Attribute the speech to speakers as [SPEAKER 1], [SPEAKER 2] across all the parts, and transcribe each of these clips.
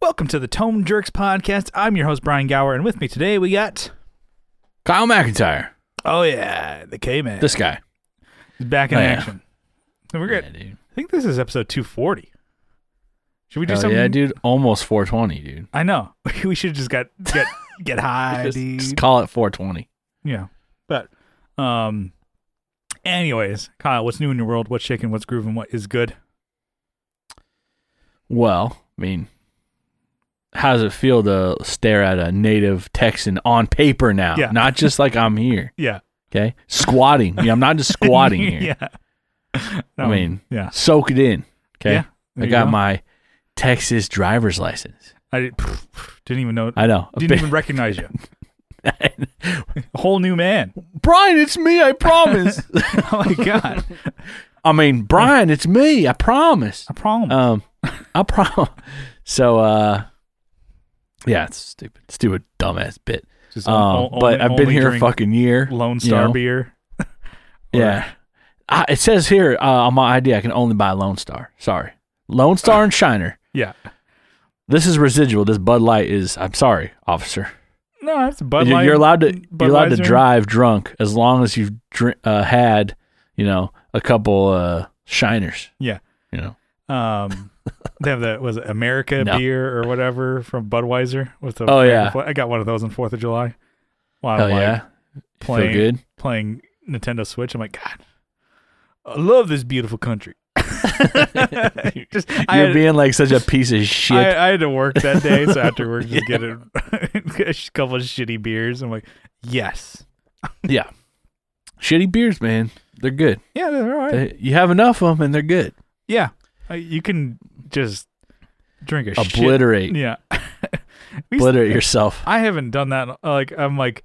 [SPEAKER 1] Welcome to the Tome Jerks podcast. I'm your host Brian Gower, and with me today we got
[SPEAKER 2] Kyle McIntyre.
[SPEAKER 1] oh yeah, the K Man
[SPEAKER 2] This guy.
[SPEAKER 1] back in
[SPEAKER 2] Oh, yeah.
[SPEAKER 1] action. And we're good.
[SPEAKER 2] Yeah, dude.
[SPEAKER 1] I think this is episode 240. Should we do
[SPEAKER 2] Hell
[SPEAKER 1] something?
[SPEAKER 2] Oh, yeah, dude. Almost 420, dude.
[SPEAKER 1] I know we should just got get get high,
[SPEAKER 2] Just,
[SPEAKER 1] dude.
[SPEAKER 2] just call it 420.
[SPEAKER 1] Yeah, but um, anyways, Kyle, what's new in your world? What's shaking? What's grooving? What is good?
[SPEAKER 2] Well, I mean, how does it feel to stare at a native Texan on paper now?
[SPEAKER 1] Yeah.
[SPEAKER 2] Not just like I'm here.
[SPEAKER 1] Yeah,
[SPEAKER 2] Okay. Squatting. I mean, I'm not just squatting here.
[SPEAKER 1] yeah, Um,
[SPEAKER 2] I mean,
[SPEAKER 1] yeah,
[SPEAKER 2] soak it in. Okay.
[SPEAKER 1] Yeah, there
[SPEAKER 2] I
[SPEAKER 1] you
[SPEAKER 2] got
[SPEAKER 1] go.
[SPEAKER 2] my Texas driver's license.
[SPEAKER 1] I did, didn't even know.
[SPEAKER 2] I know.
[SPEAKER 1] didn't even recognize you. A whole new man.
[SPEAKER 2] Brian, it's me. I promise.
[SPEAKER 1] Oh my god.
[SPEAKER 2] I mean, Brian, it's me. I promise.
[SPEAKER 1] A problem.
[SPEAKER 2] Um, I promise. So, uh, yeah, it's stupid, stupid, dumbass bit.
[SPEAKER 1] Just
[SPEAKER 2] Um,
[SPEAKER 1] on- on-
[SPEAKER 2] but
[SPEAKER 1] only-
[SPEAKER 2] I've been
[SPEAKER 1] only
[SPEAKER 2] here a
[SPEAKER 1] drink
[SPEAKER 2] fucking year.
[SPEAKER 1] Lone
[SPEAKER 2] you
[SPEAKER 1] Star
[SPEAKER 2] know?
[SPEAKER 1] beer.
[SPEAKER 2] Yeah. I, it says here uh, on my ID, I can only buy Lone Star. Sorry, Lone Star and Shiner.
[SPEAKER 1] Yeah.
[SPEAKER 2] This is residual. This Bud Light is. I'm sorry, officer.
[SPEAKER 1] No, that's Bud
[SPEAKER 2] You-
[SPEAKER 1] Light.
[SPEAKER 2] you're allowed to. you're allowed to
[SPEAKER 1] Budweiser.
[SPEAKER 2] drive drunk as long as you've drink, uh, had, you know, a couple uh, Shiners.
[SPEAKER 1] Yeah.
[SPEAKER 2] You know,
[SPEAKER 1] Um, they have that was it America
[SPEAKER 2] No.
[SPEAKER 1] beer or whatever from Budweiser with the.
[SPEAKER 2] Oh, yeah.
[SPEAKER 1] I got one of those on Fourth of July. While
[SPEAKER 2] hell
[SPEAKER 1] like,
[SPEAKER 2] yeah,
[SPEAKER 1] playing-
[SPEAKER 2] feel good.
[SPEAKER 1] playing Nintendo Switch. I'm like, God, I love this beautiful country. Just, I,
[SPEAKER 2] You're
[SPEAKER 1] had,
[SPEAKER 2] being like such a piece of shit.
[SPEAKER 1] I, I had to work that day, so after work, just get a, a couple of shitty beers. I'm like, yes,
[SPEAKER 2] Yeah. Shitty beers, man. They're good.
[SPEAKER 1] yeah, they're all right.
[SPEAKER 2] They- you have enough of them and they're good.
[SPEAKER 1] yeah, Uh, you can just drink a shit-
[SPEAKER 2] Obliterate.
[SPEAKER 1] Yeah, We-
[SPEAKER 2] Obliterate yourself.
[SPEAKER 1] I haven't done that. uh, Like I'm like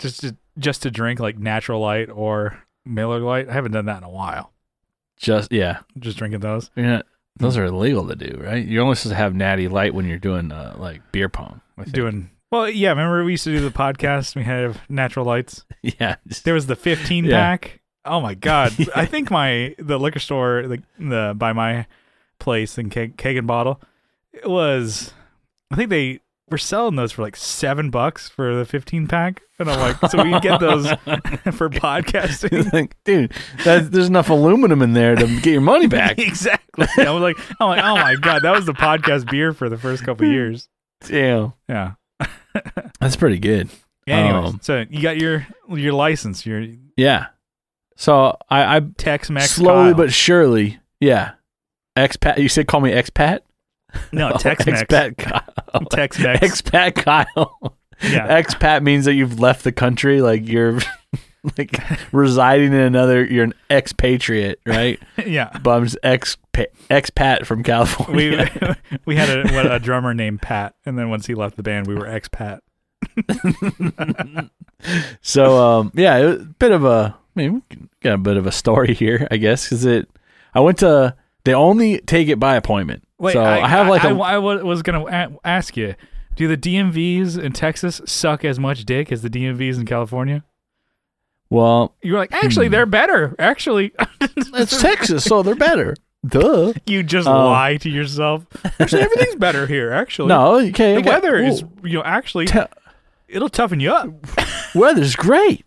[SPEAKER 1] just to, just to drink like Natural Light or Miller Light. I haven't done that in a while.
[SPEAKER 2] Just, yeah.
[SPEAKER 1] Just drinking those.
[SPEAKER 2] You're not, those are illegal to do, right? You're only supposed to have natty light when you're doing uh, like beer pong. I think.
[SPEAKER 1] Doing well, yeah. Remember we used to do the podcast. We had Natural Lights.
[SPEAKER 2] yeah. just-
[SPEAKER 1] There was the 15
[SPEAKER 2] Yeah.
[SPEAKER 1] pack. Oh my god! I think my the liquor store the, the by my place in Keg, Keg and Bottle it was. I think they were selling those for like seven bucks for the 15 pack, and I'm like, so we can get those for
[SPEAKER 2] You're
[SPEAKER 1] podcasting.
[SPEAKER 2] like, dude, that, there's enough aluminum in there to get your money back.
[SPEAKER 1] exactly. I was like, I'm like, oh my god, that was the podcast beer for the first couple of years.
[SPEAKER 2] Damn.
[SPEAKER 1] Yeah.
[SPEAKER 2] That's pretty good.
[SPEAKER 1] Anyways,
[SPEAKER 2] Um,
[SPEAKER 1] so you got your your license, your
[SPEAKER 2] Yeah. So I, I
[SPEAKER 1] Tex Mex.
[SPEAKER 2] slowly but surely, yeah. Expat, you said call me expat?
[SPEAKER 1] no
[SPEAKER 2] Oh,
[SPEAKER 1] Tex Mex.
[SPEAKER 2] Expat Kyle.
[SPEAKER 1] Tex Mex.
[SPEAKER 2] Expat Kyle.
[SPEAKER 1] Yeah.
[SPEAKER 2] Expat means that you've left the country, like you're like residing in another. You're an expatriate, right?
[SPEAKER 1] Yeah.
[SPEAKER 2] Bums ex expat from California.
[SPEAKER 1] We we had a, what, a drummer named Pat, and then once he left the band, we were ex Pat.
[SPEAKER 2] so um, yeah, it was a bit of a. I mean, we got a bit of a story here, I guess, because it. I went to. They only take it by appointment. so I, have like
[SPEAKER 1] I
[SPEAKER 2] a
[SPEAKER 1] I wa- was gonna a- ask you, do the DMVs in Texas suck as much dick as the DMVs in California?
[SPEAKER 2] well,
[SPEAKER 1] You were like, actually, they're better. Actually,
[SPEAKER 2] it's Texas, so they're better. Duh.
[SPEAKER 1] you just
[SPEAKER 2] Oh.
[SPEAKER 1] lie to yourself. Actually, everything's better here. Actually,
[SPEAKER 2] No, okay.
[SPEAKER 1] the
[SPEAKER 2] got-
[SPEAKER 1] weather
[SPEAKER 2] well,
[SPEAKER 1] is you know actually
[SPEAKER 2] te-
[SPEAKER 1] it'll toughen you up.
[SPEAKER 2] weather's great.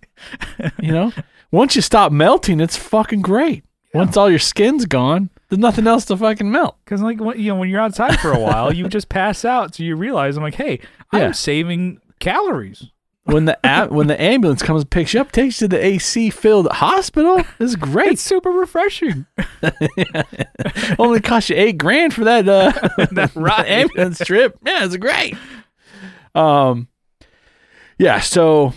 [SPEAKER 2] You know, once you stop melting, it's fucking great. Once all your skin's gone, there's nothing else to fucking melt.
[SPEAKER 1] Because like when, you know when you're outside for a while, you just pass out. So you realize I'm like, hey,
[SPEAKER 2] Yeah.
[SPEAKER 1] I'm saving calories.
[SPEAKER 2] When the a- when the ambulance comes and picks you up, takes you to the AC filled hospital, it's
[SPEAKER 1] It's
[SPEAKER 2] great.
[SPEAKER 1] super refreshing.
[SPEAKER 2] Only cost you eight grand for that uh,
[SPEAKER 1] that right.
[SPEAKER 2] ambulance trip. Yeah, it's great. Um, yeah. So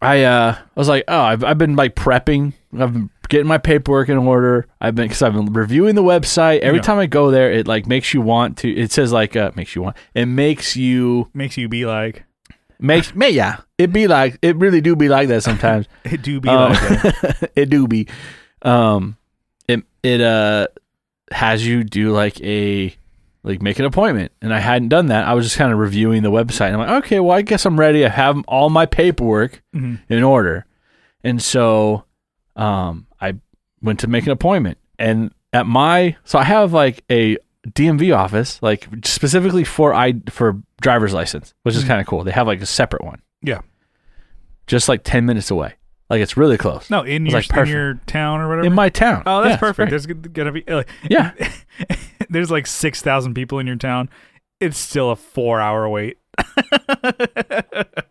[SPEAKER 2] I uh I was like, oh, I've I've been like prepping. I've been getting my paperwork in order. I've been because I've been reviewing the website. Every
[SPEAKER 1] Yeah.
[SPEAKER 2] time I go there, it like makes you want to. It says like uh makes you want. It makes you
[SPEAKER 1] makes you be like,
[SPEAKER 2] makes may yeah. It be like it really do be like that sometimes.
[SPEAKER 1] it do be
[SPEAKER 2] Um,
[SPEAKER 1] like that.
[SPEAKER 2] it do be. Um, it it uh has you do like a like make an appointment, and I hadn't done that. I was just kind of reviewing the website. And I'm like, okay, well, I guess I'm ready. I have all my paperwork
[SPEAKER 1] Mhm.
[SPEAKER 2] in order, and so um, I went to make an appointment, and at my so I have like a DMV office, like specifically for I for driver's license, which is kind of cool. They have like a separate one.
[SPEAKER 1] Mm-hmm. Yeah.
[SPEAKER 2] Just like ten minutes away. Like it's really close.
[SPEAKER 1] No, in
[SPEAKER 2] It's,
[SPEAKER 1] your
[SPEAKER 2] like,
[SPEAKER 1] in
[SPEAKER 2] perfect.
[SPEAKER 1] your town or whatever.
[SPEAKER 2] In my town.
[SPEAKER 1] oh,
[SPEAKER 2] Yeah,
[SPEAKER 1] that's
[SPEAKER 2] it's
[SPEAKER 1] perfect.
[SPEAKER 2] great.
[SPEAKER 1] There's g- gonna be like,
[SPEAKER 2] Yeah.
[SPEAKER 1] there's like six thousand people in your town. It's still a four hour wait.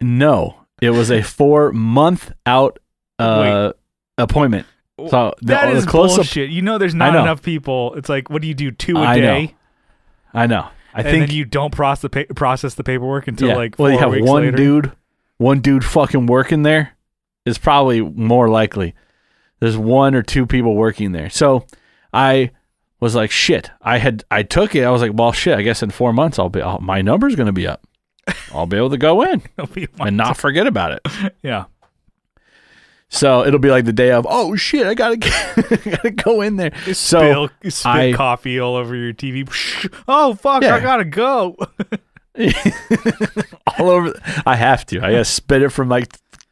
[SPEAKER 2] No, it was a four month out uh, appointment. So the-
[SPEAKER 1] that
[SPEAKER 2] the
[SPEAKER 1] is
[SPEAKER 2] close-up-
[SPEAKER 1] bullshit. You know, there's not
[SPEAKER 2] know.
[SPEAKER 1] enough people. It's like, what do you do? Two a
[SPEAKER 2] I know.
[SPEAKER 1] day,
[SPEAKER 2] I know. I
[SPEAKER 1] and
[SPEAKER 2] think
[SPEAKER 1] then you don't process the pa- process the paperwork until
[SPEAKER 2] yeah.
[SPEAKER 1] like four
[SPEAKER 2] well, you have
[SPEAKER 1] weeks
[SPEAKER 2] one
[SPEAKER 1] later.
[SPEAKER 2] dude, one dude fucking working there is probably more likely. There's one or two people working there. So I was like, shit. I had I took it. I was like, well, shit. I guess in four months I'll be I'll, my number's gonna be up. I'll be able to go in
[SPEAKER 1] It'll be fine.
[SPEAKER 2] and not forget about it.
[SPEAKER 1] yeah,
[SPEAKER 2] So it'll be like the day of. Oh shit! I gotta gotta go in there. so
[SPEAKER 1] spill, spit
[SPEAKER 2] I-
[SPEAKER 1] coffee all over your TV. Oh fuck! I
[SPEAKER 2] Yeah.
[SPEAKER 1] gotta go.
[SPEAKER 2] all over. I have to. I gotta spit it from like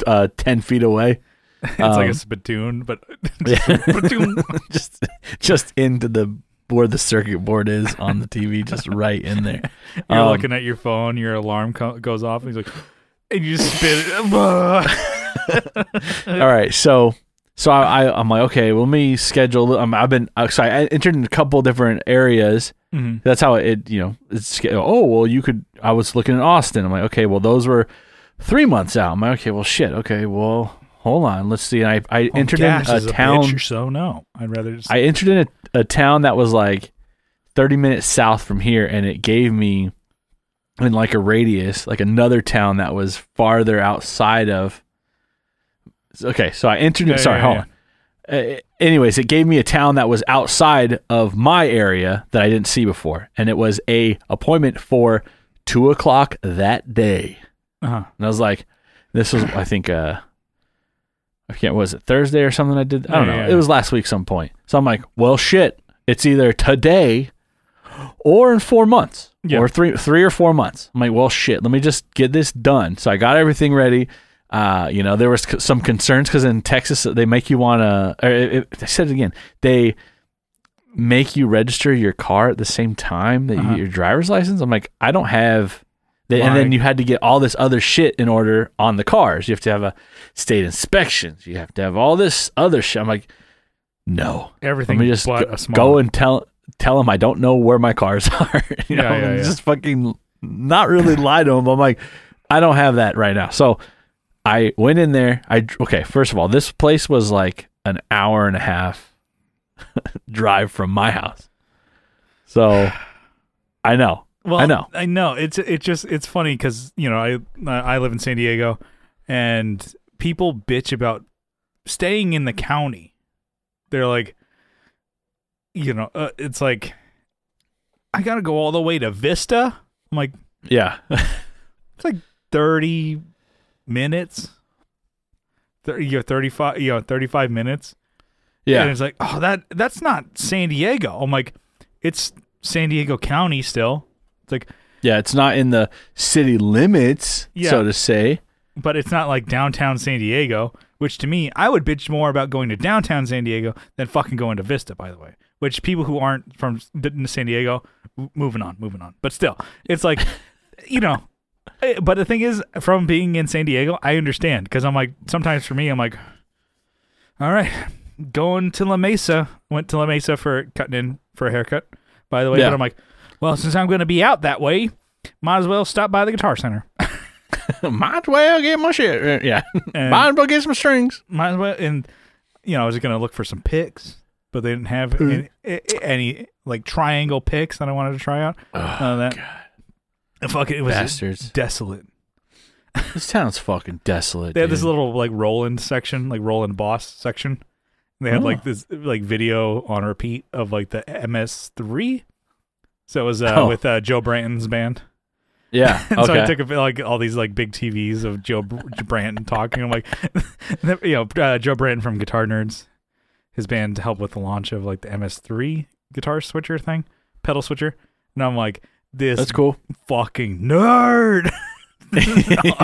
[SPEAKER 2] uh, ten feet away,
[SPEAKER 1] it's like
[SPEAKER 2] Um,
[SPEAKER 1] a spittoon, but spittoon.
[SPEAKER 2] just just into the where the circuit board is on the TV, just right in there.
[SPEAKER 1] You're
[SPEAKER 2] Um,
[SPEAKER 1] looking at your phone. Your alarm co- goes off, and he's like, and you just spit Mm-hmm. it.
[SPEAKER 2] All right, so so I, I I'm like okay, well, let me schedule. Um, I've been uh, so I entered in a couple different areas.
[SPEAKER 1] Mhm.
[SPEAKER 2] That's how it you know it's oh well you could I was looking at Austin. I'm like okay, well those were three months out. I'm like okay, well shit, okay, well hold on, let's see. And I I entered
[SPEAKER 1] Oh, Gas is
[SPEAKER 2] in a town.
[SPEAKER 1] bitch, so no, I'd rather just.
[SPEAKER 2] I entered in a, a town that was like 30 minutes south from here, and it gave me in like a radius, like another town that was farther outside of. Okay, so I entered.
[SPEAKER 1] Yeah,
[SPEAKER 2] sorry,
[SPEAKER 1] yeah,
[SPEAKER 2] hold
[SPEAKER 1] yeah.
[SPEAKER 2] on. Uh, anyways, it gave me a town that was outside of my area that I didn't see before, and it was a appointment for two o'clock that day.
[SPEAKER 1] uh-huh.
[SPEAKER 2] And I was like, this was, I think, uh, I can't, was it Thursday or something I did? I don't
[SPEAKER 1] Yeah,
[SPEAKER 2] know.
[SPEAKER 1] yeah, yeah.
[SPEAKER 2] It was last week some point. So I'm like, well, shit, it's either today or in four months
[SPEAKER 1] Yeah.
[SPEAKER 2] or three, three or four months. I'm like, well, shit, let me just get this done. So I got everything ready. Uh, you know, there was c- some concerns because in Texas they make you want to. It, it, I said it again. They make you register your car at the same time that
[SPEAKER 1] Uh-huh.
[SPEAKER 2] you, your driver's license. I'm like, I don't have. They, and then
[SPEAKER 1] Like-
[SPEAKER 2] you had to get all this other shit in order on the cars. You have to have a state inspections. You have to have all this other shit. I'm like, no. Let
[SPEAKER 1] Everything.
[SPEAKER 2] me just
[SPEAKER 1] but
[SPEAKER 2] go,
[SPEAKER 1] a small.
[SPEAKER 2] go and tell tell them I don't know where my cars are. you know,
[SPEAKER 1] Yeah, yeah,
[SPEAKER 2] and
[SPEAKER 1] yeah.
[SPEAKER 2] just fucking not really lie to them. I'm like, I don't have that right now. So I went in there. I okay. First of all, this place was like an hour and a half drive from my house. So I know.
[SPEAKER 1] Well,
[SPEAKER 2] I know.
[SPEAKER 1] I know. It's it just it's funny because you know I I live in San Diego, and people bitch about staying in the county. They're like, you know, uh, it's like I gotta go all the way to Vista. I'm like
[SPEAKER 2] Yeah.
[SPEAKER 1] thirty minutes. Thirty, you know, thirty-five, you know, thirty-five minutes.
[SPEAKER 2] Yeah.
[SPEAKER 1] and it's like, oh, that that's not San Diego. I'm like, it's San Diego County still. It's like,
[SPEAKER 2] Yeah, it's not in the city limits,
[SPEAKER 1] Yeah.
[SPEAKER 2] so to say.
[SPEAKER 1] but it's not like downtown San Diego, which to me, I would bitch more about going to downtown San Diego than fucking going to Vista, by the way. Which people who aren't from s- d- San Diego, m- moving on, moving on. But still, it's like, you know. eh, But the thing is, from being in San Diego, I understand because I'm like, sometimes for me, I'm like, all right, going to La Mesa. Went to La Mesa for cutting in for a haircut, by the way.
[SPEAKER 2] Yeah.
[SPEAKER 1] But I'm like, well, since I'm going to be out that way, might as well stop by the Guitar Center.
[SPEAKER 2] Might as well get my shit. uh, Yeah.
[SPEAKER 1] And-
[SPEAKER 2] Might as well get some strings.
[SPEAKER 1] might as well. And you know, I was gonna look for some picks, but they didn't have any, any like triangle picks that I wanted to try out. None of that. And fuck it, it was
[SPEAKER 2] Oh, Bastards.
[SPEAKER 1] desolate.
[SPEAKER 2] This town's fucking desolate.
[SPEAKER 1] They had this
[SPEAKER 2] dude.
[SPEAKER 1] little like Roland section, like Roland Boss section. And they had
[SPEAKER 2] Oh.
[SPEAKER 1] like this like video on repeat of like the MS3. So it was uh,
[SPEAKER 2] Oh.
[SPEAKER 1] with uh, Joe Branton's band.
[SPEAKER 2] Yeah.
[SPEAKER 1] And
[SPEAKER 2] okay.
[SPEAKER 1] so I took a, bit, like all these like big TVs of Joe Br- Branton talking. I'm like, you know, uh, Joe Branton from Guitar Nerds, his band helped with the launch of like the MS3 guitar switcher thing, pedal switcher, and I'm like, this
[SPEAKER 2] That's cool.
[SPEAKER 1] fucking nerd.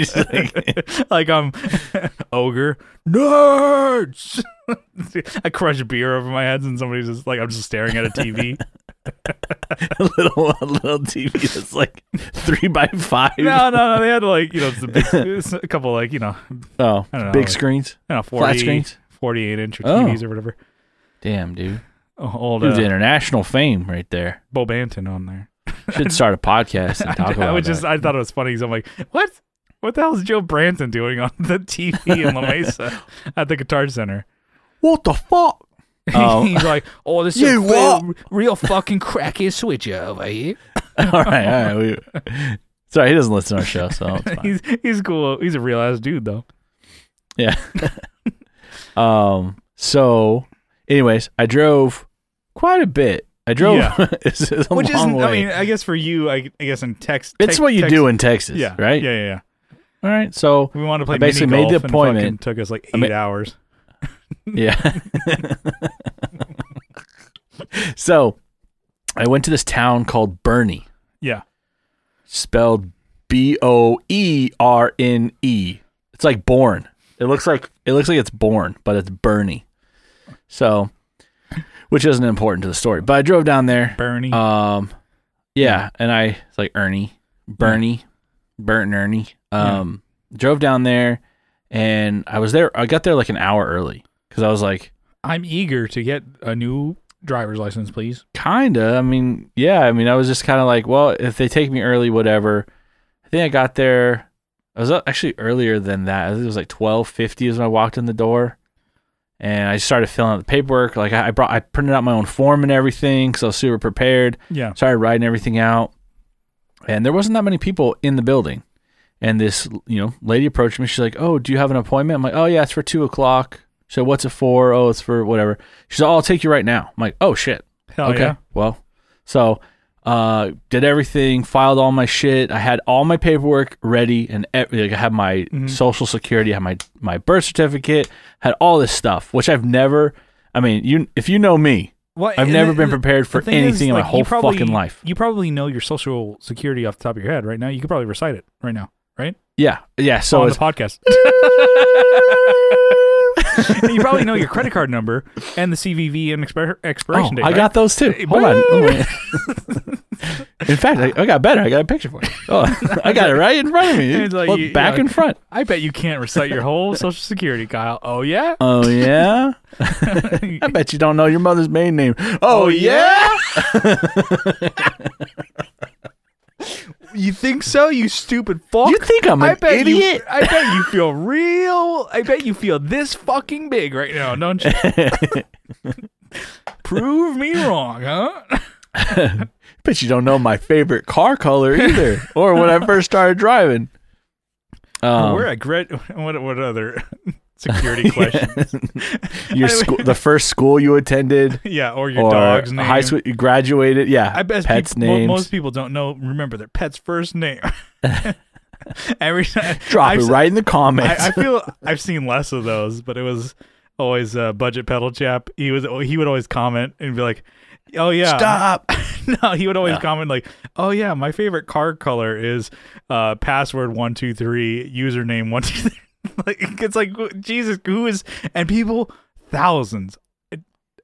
[SPEAKER 1] like I'm ogre nerds. I crush beer over my head, and somebody's just like, I'm just staring at a TV.
[SPEAKER 2] a little a little TV that's like three by five.
[SPEAKER 1] No, no, no. They had like you know it's a, big, it's a couple like you know,
[SPEAKER 2] Oh,
[SPEAKER 1] I don't know,
[SPEAKER 2] big
[SPEAKER 1] like-
[SPEAKER 2] screens,
[SPEAKER 1] you know
[SPEAKER 2] flat
[SPEAKER 1] 40,
[SPEAKER 2] screens.
[SPEAKER 1] 48 inch or
[SPEAKER 2] Oh.
[SPEAKER 1] TVs or whatever.
[SPEAKER 2] Damn, dude,
[SPEAKER 1] Oh, Old
[SPEAKER 2] dude's
[SPEAKER 1] uh,
[SPEAKER 2] international fame right there.
[SPEAKER 1] Bo Banton on there.
[SPEAKER 2] Should start a podcast and talk
[SPEAKER 1] I
[SPEAKER 2] about
[SPEAKER 1] was
[SPEAKER 2] it.
[SPEAKER 1] just I thought it was funny because I'm like, what? What the hell is Joe Branson doing on the TV in La Mesa at the Guitar Center?
[SPEAKER 2] what the fuck? Oh,
[SPEAKER 1] He's like, oh, this is
[SPEAKER 2] You
[SPEAKER 1] a real,
[SPEAKER 2] what?
[SPEAKER 1] real fucking cracky switcher over here.
[SPEAKER 2] all right, all right. We, sorry, he doesn't listen to our show, so it's fine.
[SPEAKER 1] he's he's cool. He's a real ass dude though.
[SPEAKER 2] Yeah. um. So, anyways, I drove quite a bit. I drove.
[SPEAKER 1] Yeah.
[SPEAKER 2] it's, it's a
[SPEAKER 1] Which
[SPEAKER 2] long
[SPEAKER 1] isn't.
[SPEAKER 2] way.
[SPEAKER 1] I mean, I guess for you, I, I guess in text,
[SPEAKER 2] it's
[SPEAKER 1] Tex-
[SPEAKER 2] what you
[SPEAKER 1] Tex-
[SPEAKER 2] do in Texas,
[SPEAKER 1] Yeah.
[SPEAKER 2] right?
[SPEAKER 1] Yeah, yeah, yeah.
[SPEAKER 2] All right. So,
[SPEAKER 1] We wanted to play.
[SPEAKER 2] I basically
[SPEAKER 1] mini
[SPEAKER 2] made the
[SPEAKER 1] golf and fucking
[SPEAKER 2] appointment.
[SPEAKER 1] Took us like eight
[SPEAKER 2] I mean-
[SPEAKER 1] hours.
[SPEAKER 2] yeah. so, I went to this town called Bernie,
[SPEAKER 1] Yeah.
[SPEAKER 2] spelled B O E R N E. It's like born. It looks like it looks like it's born, but it's Bernie. So, which isn't important to the story. But I drove down there.
[SPEAKER 1] Bernie.
[SPEAKER 2] Um, yeah, and I it's like Ernie, Bernie, Bert and Ernie. Um, drove down there, and I was there. I got there like an hour early because I was like,
[SPEAKER 1] I'm eager to get a new driver's license, please.
[SPEAKER 2] kinda. I mean, yeah. I mean, I was just kind of like, well, if they take me early, whatever. I think I got there. I was up- actually earlier than that. I think it was like twelve fifty is when I walked in the door, and I started filling out the paperwork. Like I I brought, I printed out my own form and everything, so I was super prepared.
[SPEAKER 1] Yeah.
[SPEAKER 2] started writing everything out and there wasn't that many people in the building and this you know lady approached me she's like oh do you have an appointment i'm like oh yeah it's for two o'clock so what's it for oh it's for whatever she's like oh, i'll take you right now i'm like oh shit
[SPEAKER 1] Hell
[SPEAKER 2] okay
[SPEAKER 1] yeah.
[SPEAKER 2] well so uh did everything filed all my shit i had all my paperwork ready and ev- like, i had my
[SPEAKER 1] Mm-hmm.
[SPEAKER 2] social security i had my my birth certificate had all this stuff which i've never i mean you if you know me
[SPEAKER 1] Well,
[SPEAKER 2] I've
[SPEAKER 1] and
[SPEAKER 2] never
[SPEAKER 1] the-
[SPEAKER 2] been
[SPEAKER 1] the-
[SPEAKER 2] prepared
[SPEAKER 1] the
[SPEAKER 2] for
[SPEAKER 1] thing is,
[SPEAKER 2] anything in my
[SPEAKER 1] like, you
[SPEAKER 2] whole
[SPEAKER 1] probably-
[SPEAKER 2] fucking life.
[SPEAKER 1] You probably know your social security off the top of your head right now. You could probably recite it right now, right?
[SPEAKER 2] Yeah, yeah. So
[SPEAKER 1] on
[SPEAKER 2] it's
[SPEAKER 1] the podcast. you probably know your credit card number and the CVV and expir- expiration date.
[SPEAKER 2] Oh, I
[SPEAKER 1] right?
[SPEAKER 2] got those too. Hold on. Hold on. in fact, I, I got better. I got a picture for you. Oh, I got it right in front of me.
[SPEAKER 1] It's like
[SPEAKER 2] Look
[SPEAKER 1] you-
[SPEAKER 2] back
[SPEAKER 1] yeah.
[SPEAKER 2] and front.
[SPEAKER 1] I bet you can't recite your whole social security, Kyle. Oh yeah.
[SPEAKER 2] Oh yeah. I bet you don't know your mother's maiden name. Oh, yeah.
[SPEAKER 1] You think so? You stupid fuck.
[SPEAKER 2] You think I'm an
[SPEAKER 1] I bet
[SPEAKER 2] idiot?
[SPEAKER 1] You, I bet you feel real. I bet you feel this fucking big right now, don't you? Prove me wrong, huh?
[SPEAKER 2] bet you don't know my favorite car color either, or when I first started driving. Um,
[SPEAKER 1] We're at grit. What what other security question?
[SPEAKER 2] your school, the first school you attended,
[SPEAKER 1] Yeah, or your
[SPEAKER 2] or
[SPEAKER 1] dog's name.
[SPEAKER 2] high school you graduated. Yeah,
[SPEAKER 1] I bet
[SPEAKER 2] pets'
[SPEAKER 1] people, mo-
[SPEAKER 2] names.
[SPEAKER 1] most people don't know. Remember their pet's first name. Every time,
[SPEAKER 2] Drop
[SPEAKER 1] I've
[SPEAKER 2] it
[SPEAKER 1] se-
[SPEAKER 2] right in the comments.
[SPEAKER 1] I, I feel I've seen less of those, but it was always uh, budget pedal chap. He was he would always comment and be like, "Oh yeah,
[SPEAKER 2] Stop.
[SPEAKER 1] no, he would always comment like, "Oh yeah, my favorite car color is uh, password one two three, username one two three. like it's like wh- Jesus, who is and people thousands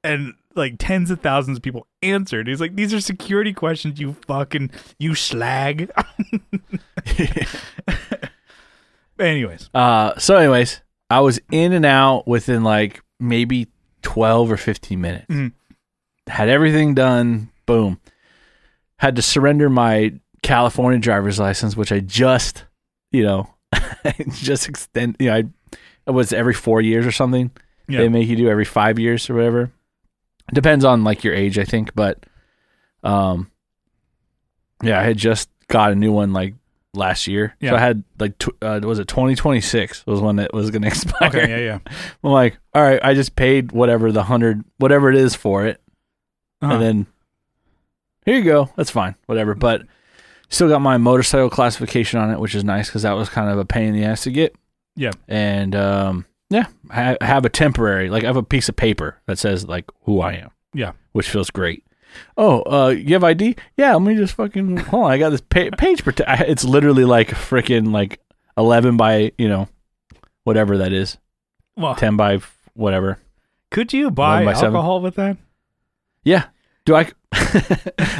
[SPEAKER 1] and like tens of thousands of people answered. He's like, these are security questions, you fucking you slag. Anyways,
[SPEAKER 2] Uh, so, anyways, I was in and out within like maybe 12 or 15 minutes.
[SPEAKER 1] Mhm.
[SPEAKER 2] Had everything done. Boom. Had to surrender my California driver's license, which I just, you know, just extend. You know, I it was every four years or something.
[SPEAKER 1] Yeah.
[SPEAKER 2] They make you do every five years or whatever. Depends on like your age, I think. But, um, yeah, I had just got a new one like last year.
[SPEAKER 1] Yeah.
[SPEAKER 2] So I had like tw- uh, was it 2026 was when it was going to expire.
[SPEAKER 1] okay, yeah, yeah.
[SPEAKER 2] I'm like, all right, I just paid whatever the hundred whatever it is for it,
[SPEAKER 1] Uh-huh.
[SPEAKER 2] and then here you go. That's fine, whatever. But still got my motorcycle classification on it, which is nice because that was kind of a pain in the ass to get.
[SPEAKER 1] Yeah.
[SPEAKER 2] and um, yeah, I I have a temporary like I have a piece of paper that says like who I am.
[SPEAKER 1] Yeah.
[SPEAKER 2] which feels great. Oh, uh, you have ID? Yeah, let me just fucking hold on. I got this pa- page protect. It's literally like freaking like eleven by you know whatever that is,
[SPEAKER 1] Uh-huh. Well,
[SPEAKER 2] ten by f- whatever.
[SPEAKER 1] could you buy
[SPEAKER 2] Eleven by seven.
[SPEAKER 1] alcohol with that?
[SPEAKER 2] Yeah. Do I?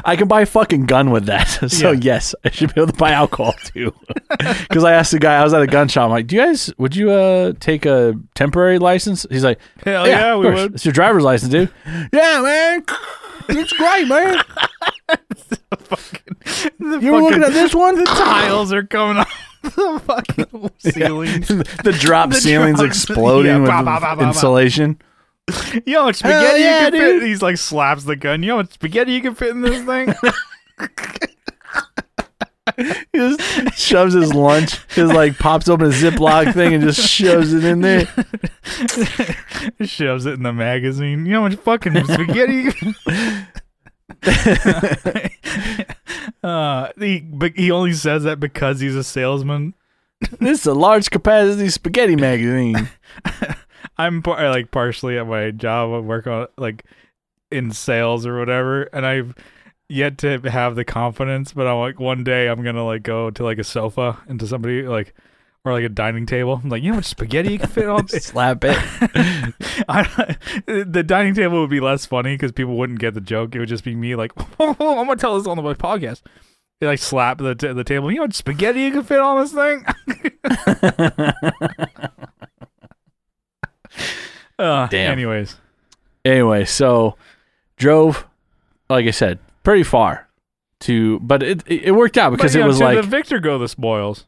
[SPEAKER 2] I can buy a fucking gun with that. So
[SPEAKER 1] Yeah.
[SPEAKER 2] yes, I should be able to buy alcohol too. Because I asked the guy, I was at a gun shop. I'm like, "Do you guys? Would you uh take a temporary license?" He's like,
[SPEAKER 1] Hell
[SPEAKER 2] yeah, of
[SPEAKER 1] Oh, we
[SPEAKER 2] course.
[SPEAKER 1] would.
[SPEAKER 2] It's your driver's license, dude. yeah, man. It's great, man.
[SPEAKER 1] The
[SPEAKER 2] You were looking
[SPEAKER 1] fucking
[SPEAKER 2] at this one.
[SPEAKER 1] tiles are coming off the fucking ceiling.
[SPEAKER 2] the drop
[SPEAKER 1] The
[SPEAKER 2] ceilings
[SPEAKER 1] drop-
[SPEAKER 2] exploding
[SPEAKER 1] Yeah,
[SPEAKER 2] with
[SPEAKER 1] bah, bah, bah, bah, bah.
[SPEAKER 2] insulation.
[SPEAKER 1] You know how much spaghetti
[SPEAKER 2] yeah,
[SPEAKER 1] you can
[SPEAKER 2] dude.
[SPEAKER 1] fit? He's like slaps the gun. You know how much spaghetti you can fit in this thing?
[SPEAKER 2] He just shoves his lunch. His like pops open a Ziploc thing and just shoves it in there.
[SPEAKER 1] Shoves it in the magazine. You know how much fucking spaghetti you can uh, he, but he only says that because he's a salesman.
[SPEAKER 2] This is a large capacity spaghetti magazine.
[SPEAKER 1] I'm par- like partially at my job. I work on like in sales or whatever, and I've yet to have the confidence. But I'm like, one day I'm gonna like go to like a sofa and to somebody like or like a dining table. I'm like, you know how much spaghetti you can fit on?
[SPEAKER 2] Slap it.
[SPEAKER 1] I, the dining table would be less funny because people wouldn't get the joke. It would just be me like, I'm gonna tell this on the my podcast. They like slap the t- the table. You know how much spaghetti you can fit on this thing? uh,
[SPEAKER 2] Damn.
[SPEAKER 1] Anyways,
[SPEAKER 2] Anyway, so drove, like I said, pretty far to, but it it worked out because
[SPEAKER 1] But, you
[SPEAKER 2] it
[SPEAKER 1] know,
[SPEAKER 2] was
[SPEAKER 1] to
[SPEAKER 2] like
[SPEAKER 1] the victor go the spoils.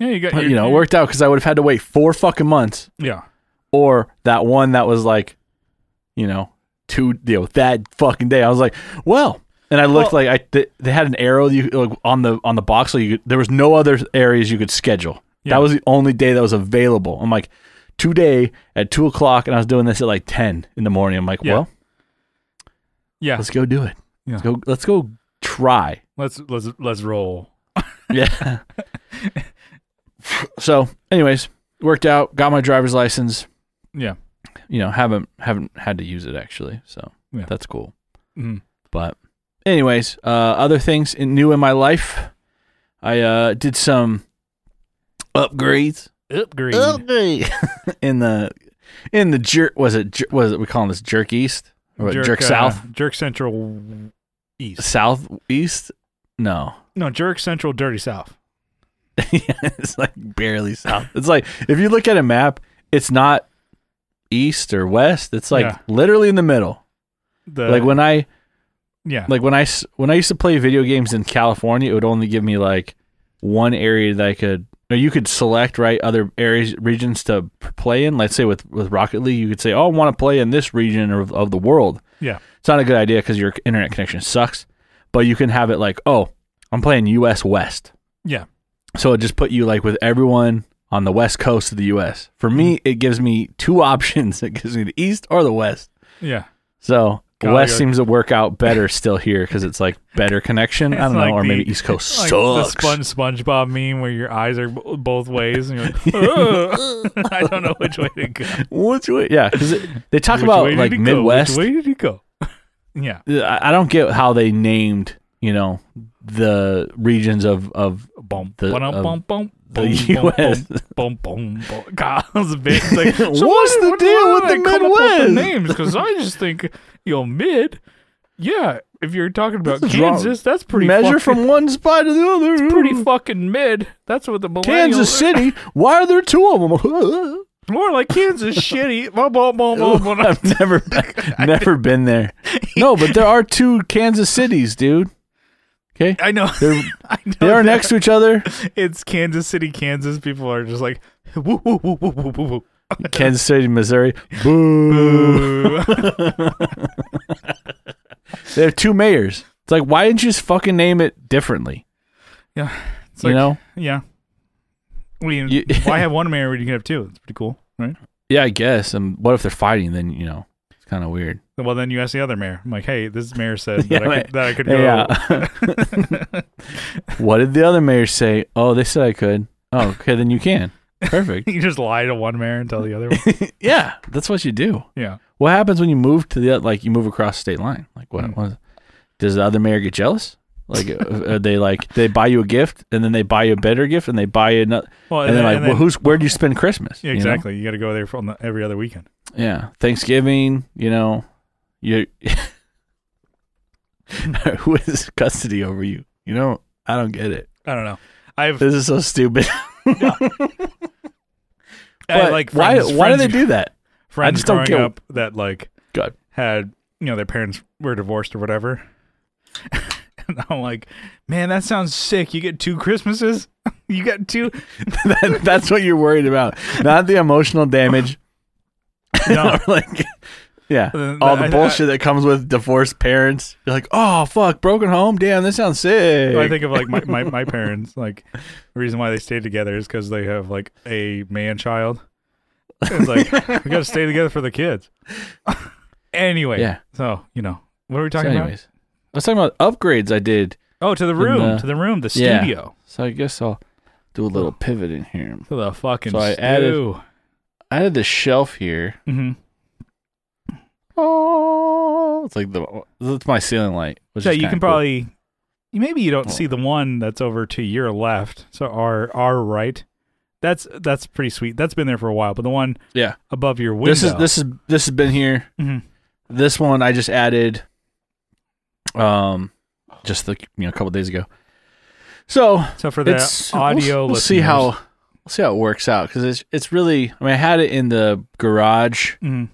[SPEAKER 1] Yeah, you got
[SPEAKER 2] But,
[SPEAKER 1] your-
[SPEAKER 2] you know, it worked out because I would have had to wait four fucking months,
[SPEAKER 1] Yeah,
[SPEAKER 2] or that one that was like, you know, two, you know, that fucking day. I was like, well, and I looked
[SPEAKER 1] Well-
[SPEAKER 2] like I th- they had an arrow you like, on the on the box, so you could, there was no other areas you could schedule.
[SPEAKER 1] Yeah.
[SPEAKER 2] That was the only day that was available. I'm like, today at two o'clock, and I was doing this at like ten in the morning. I'm like,
[SPEAKER 1] Yeah.
[SPEAKER 2] well,
[SPEAKER 1] yeah.
[SPEAKER 2] let's go do it.
[SPEAKER 1] Yeah.
[SPEAKER 2] Let's go. Let's go try.
[SPEAKER 1] Let's let's let's roll.
[SPEAKER 2] Yeah. so, anyways, worked out, got my driver's license.
[SPEAKER 1] Yeah.
[SPEAKER 2] You know, haven't haven't had to use it actually, so
[SPEAKER 1] Yeah.
[SPEAKER 2] that's cool.
[SPEAKER 1] Mhm.
[SPEAKER 2] But, anyways, uh, other things in, new in my life, I uh, did some upgrades.
[SPEAKER 1] Upgrade.
[SPEAKER 2] Upgrade in the in the jerk was it jer- was it we calling this jerk east or jerk,
[SPEAKER 1] uh,
[SPEAKER 2] south
[SPEAKER 1] jerk central east.
[SPEAKER 2] southeast? No,
[SPEAKER 1] No, jerk central dirty south.
[SPEAKER 2] yeah, it's like barely south. It's like if you look at a map, it's not east or west. It's like
[SPEAKER 1] Yeah.
[SPEAKER 2] literally in the middle.
[SPEAKER 1] The
[SPEAKER 2] like when I
[SPEAKER 1] yeah
[SPEAKER 2] like when I s- when I used to play video games in California, it would only give me like one area that I could. Or you could select right other areas regions to p- play in. Let's say with with Rocket League, you could say, "Oh, I want to play in this region of, of the world."
[SPEAKER 1] yeah
[SPEAKER 2] It's not a good idea because your internet connection sucks. But you can have it like, "Oh, I'm playing U.S. West."
[SPEAKER 1] yeah
[SPEAKER 2] So it just put you like with everyone on the west coast of the US. For me, it gives me two options. It gives me the east or the west.
[SPEAKER 1] yeah.
[SPEAKER 2] So
[SPEAKER 1] Got
[SPEAKER 2] west
[SPEAKER 1] it.
[SPEAKER 2] seems to work out better still here because it's like better connection. I
[SPEAKER 1] It's
[SPEAKER 2] don't know,
[SPEAKER 1] like
[SPEAKER 2] or
[SPEAKER 1] the-
[SPEAKER 2] maybe east coast
[SPEAKER 1] Like
[SPEAKER 2] sucks.
[SPEAKER 1] the Sponge SpongeBob meme where your eyes are b- both ways and you're like, "Ugh." I don't know which way to go.
[SPEAKER 2] Which way? Yeah, because they talk
[SPEAKER 1] Which way
[SPEAKER 2] about
[SPEAKER 1] did
[SPEAKER 2] like
[SPEAKER 1] he go?
[SPEAKER 2] Midwest.
[SPEAKER 1] Which way did he go? yeah,
[SPEAKER 2] I I don't get how they named you know the regions of of
[SPEAKER 1] boom,
[SPEAKER 2] The-
[SPEAKER 1] ba-dum,
[SPEAKER 2] of
[SPEAKER 1] boom, boom,
[SPEAKER 2] the
[SPEAKER 1] boom, boom,
[SPEAKER 2] US.
[SPEAKER 1] boom, boom, boom, boom. God, that was a bit. It's like, so
[SPEAKER 2] What's
[SPEAKER 1] why-
[SPEAKER 2] the
[SPEAKER 1] why-
[SPEAKER 2] deal
[SPEAKER 1] why
[SPEAKER 2] with
[SPEAKER 1] did
[SPEAKER 2] the
[SPEAKER 1] I come up with the
[SPEAKER 2] Midwest?
[SPEAKER 1] names because I just think you know mid. Yeah, if you're talking about
[SPEAKER 2] This is wrong.
[SPEAKER 1] Kansas, that's pretty
[SPEAKER 2] measure
[SPEAKER 1] fucking,
[SPEAKER 2] from one spot to the other.
[SPEAKER 1] pretty fucking mid. That's what the millennials
[SPEAKER 2] Kansas
[SPEAKER 1] are.
[SPEAKER 2] City. Why are there two of them?
[SPEAKER 1] More like Kansas shitty. Blah, blah, blah, blah,
[SPEAKER 2] Ooh,
[SPEAKER 1] blah.
[SPEAKER 2] I've never never been there. No, but there are two Kansas cities, dude. Okay,
[SPEAKER 1] I know.
[SPEAKER 2] they're
[SPEAKER 1] I know
[SPEAKER 2] they are
[SPEAKER 1] that.
[SPEAKER 2] next to each other.
[SPEAKER 1] It's Kansas City, Kansas. People are just like, woo, woo, woo, woo, woo, woo,
[SPEAKER 2] Kansas City, Missouri. Boo!
[SPEAKER 1] woo.
[SPEAKER 2] They have two mayors. It's like why didn't you just fucking name it differently?
[SPEAKER 1] yeah. It's
[SPEAKER 2] you
[SPEAKER 1] like,
[SPEAKER 2] know?
[SPEAKER 1] Yeah. What do you,
[SPEAKER 2] You-
[SPEAKER 1] why have one mayor when you can have two? It's pretty cool, right?
[SPEAKER 2] Yeah, I guess. And what if they're fighting? Then you know, it's kind of weird.
[SPEAKER 1] Well, then you ask the other mayor. I'm like, hey, this mayor said that,
[SPEAKER 2] Yeah,
[SPEAKER 1] I,
[SPEAKER 2] right.
[SPEAKER 1] could, that I could go.
[SPEAKER 2] Yeah. what did the other mayor say? Oh, they said I could. Oh, okay, then you can. Perfect.
[SPEAKER 1] you just lie to one mayor and tell the other one.
[SPEAKER 2] yeah, that's what you do.
[SPEAKER 1] Yeah.
[SPEAKER 2] What happens when you move to the like you move across state line? Like
[SPEAKER 1] Hmm.
[SPEAKER 2] what? what- does the other mayor get jealous? Like uh, are they like they buy you a gift and then they buy you a better gift and they buy you another
[SPEAKER 1] Well,
[SPEAKER 2] and, then like well, who's where do you spend Christmas?
[SPEAKER 1] yeah,
[SPEAKER 2] You know?
[SPEAKER 1] exactly. You, got to go there for on the, every other weekend.
[SPEAKER 2] Yeah, Thanksgiving. You know, you
[SPEAKER 1] Hmm.
[SPEAKER 2] Who has custody over you? You know, I don't get it.
[SPEAKER 1] I don't know. I've
[SPEAKER 2] This is so stupid.
[SPEAKER 1] I had,
[SPEAKER 2] But
[SPEAKER 1] like
[SPEAKER 2] why?
[SPEAKER 1] friends,
[SPEAKER 2] why do
[SPEAKER 1] friends,
[SPEAKER 2] they do that?
[SPEAKER 1] Friends
[SPEAKER 2] just don't
[SPEAKER 1] growing
[SPEAKER 2] get-
[SPEAKER 1] up that like
[SPEAKER 2] God.
[SPEAKER 1] had you know their parents were divorced or whatever. and I'm like, man, that sounds sick. You get two Christmases. you got two.
[SPEAKER 2] That- that's what you're worried about, not the emotional damage.
[SPEAKER 1] No,
[SPEAKER 2] or like, yeah,
[SPEAKER 1] Uh,
[SPEAKER 2] all the
[SPEAKER 1] I- I-
[SPEAKER 2] bullshit that comes with divorced parents. You're like, oh fuck, broken home. Damn, this sounds sick.
[SPEAKER 1] Oh, I think of like my, my, my parents. Like the reason why they stayed together is because they have like a man child. It's like we got to stay together for the kids. anyway,
[SPEAKER 2] Yeah.
[SPEAKER 1] So you know what are we
[SPEAKER 2] So
[SPEAKER 1] talking about?
[SPEAKER 2] anyways, I was talking about upgrades I did.
[SPEAKER 1] Oh, to the room,
[SPEAKER 2] the-
[SPEAKER 1] to the room, the
[SPEAKER 2] Yeah.
[SPEAKER 1] studio,
[SPEAKER 2] So I guess I'll do a little pivot in here.
[SPEAKER 1] to the fucking.
[SPEAKER 2] So I added- I added the shelf here.
[SPEAKER 1] hmm
[SPEAKER 2] Oh, it's like the it's my ceiling light. Which
[SPEAKER 1] So
[SPEAKER 2] is
[SPEAKER 1] you
[SPEAKER 2] kinda
[SPEAKER 1] can
[SPEAKER 2] cool. Oh.
[SPEAKER 1] probably maybe you don't
[SPEAKER 2] Well-
[SPEAKER 1] see the one that's over to your left, so our our right. That's that's pretty sweet. That's been there for a while, but the one
[SPEAKER 2] yeah.
[SPEAKER 1] above your window.
[SPEAKER 2] This is this is this has been here.
[SPEAKER 1] Mhm.
[SPEAKER 2] This one I just added, um, just the you know a couple days ago. So
[SPEAKER 1] So for the
[SPEAKER 2] it's
[SPEAKER 1] audio,
[SPEAKER 2] We'll, we'll see
[SPEAKER 1] listeners-
[SPEAKER 2] how we'll see how it works out because it's it's really. I mean, I had it in the garage.
[SPEAKER 1] Mhm.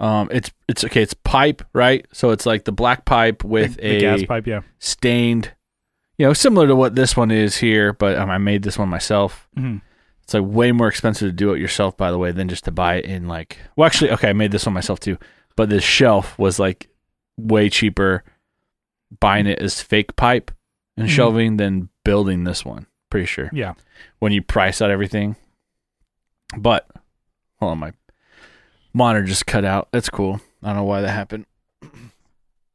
[SPEAKER 2] Um, it's it's okay. It's pipe, right? So it's like the black pipe with
[SPEAKER 1] the,
[SPEAKER 2] a
[SPEAKER 1] the gas pipe. Yeah,
[SPEAKER 2] stained, you know, similar to what this one is here, but um, I made this one myself.
[SPEAKER 1] Mhm.
[SPEAKER 2] It's like way more expensive to do it yourself, by the way, than just to buy it in like. Well, actually, okay, I made this one myself too, but this shelf was like way cheaper buying it as fake pipe and
[SPEAKER 1] Mhm.
[SPEAKER 2] shelving than building this one. Pretty sure
[SPEAKER 1] yeah.
[SPEAKER 2] when you price out everything. But hold on, my monitor just cut out. That's cool. I don't know why that happened.
[SPEAKER 1] All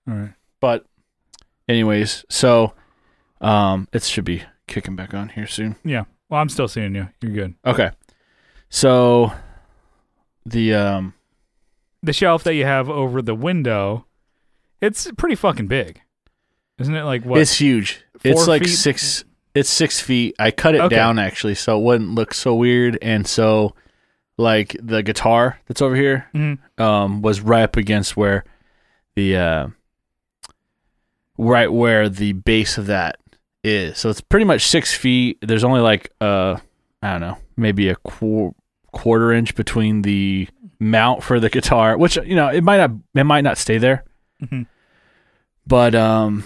[SPEAKER 1] right.
[SPEAKER 2] But anyways, so um it should be kicking back on here soon.
[SPEAKER 1] Yeah. Well, I'm still seeing you. You're good.
[SPEAKER 2] Okay. So the um
[SPEAKER 1] The shelf that you have over the window, it's pretty fucking big, isn't it? Like what?
[SPEAKER 2] it's huge. it's
[SPEAKER 1] Four
[SPEAKER 2] like
[SPEAKER 1] feet?
[SPEAKER 2] six it's six feet. I cut it
[SPEAKER 1] Okay.
[SPEAKER 2] down actually so it wouldn't look so weird and so like the guitar that's over here
[SPEAKER 1] Mhm.
[SPEAKER 2] um was right up against where the uh right where the base of that is. So it's pretty much six feet. There's only like uh I don't know, maybe a qu- quarter inch between the mount for the guitar, which you know it might not it might not stay there,
[SPEAKER 1] Mhm.
[SPEAKER 2] but um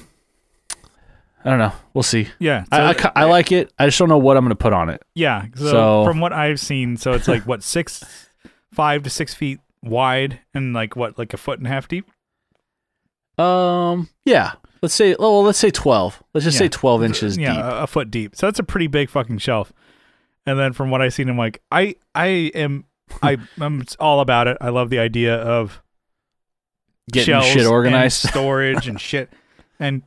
[SPEAKER 2] I don't know. We'll see.
[SPEAKER 1] Yeah.
[SPEAKER 2] I, I,
[SPEAKER 1] so-
[SPEAKER 2] ca- I like it. I just don't know what I'm gonna put on it.
[SPEAKER 1] Yeah. So,
[SPEAKER 2] So-
[SPEAKER 1] from what I've seen, so it's like what six, five to six feet wide, and like what like a foot and a half deep.
[SPEAKER 2] Um, yeah. Let's say well, let's say twelve. Let's just
[SPEAKER 1] Yeah.
[SPEAKER 2] say twelve inches
[SPEAKER 1] yeah,
[SPEAKER 2] deep.
[SPEAKER 1] a- a foot deep. So that's a pretty big fucking shelf. And then from what I've seen, I'm like, I I am I I'm all about it. I love the idea of
[SPEAKER 2] Getting
[SPEAKER 1] shelves
[SPEAKER 2] shit
[SPEAKER 1] and
[SPEAKER 2] organized.
[SPEAKER 1] storage and shit, and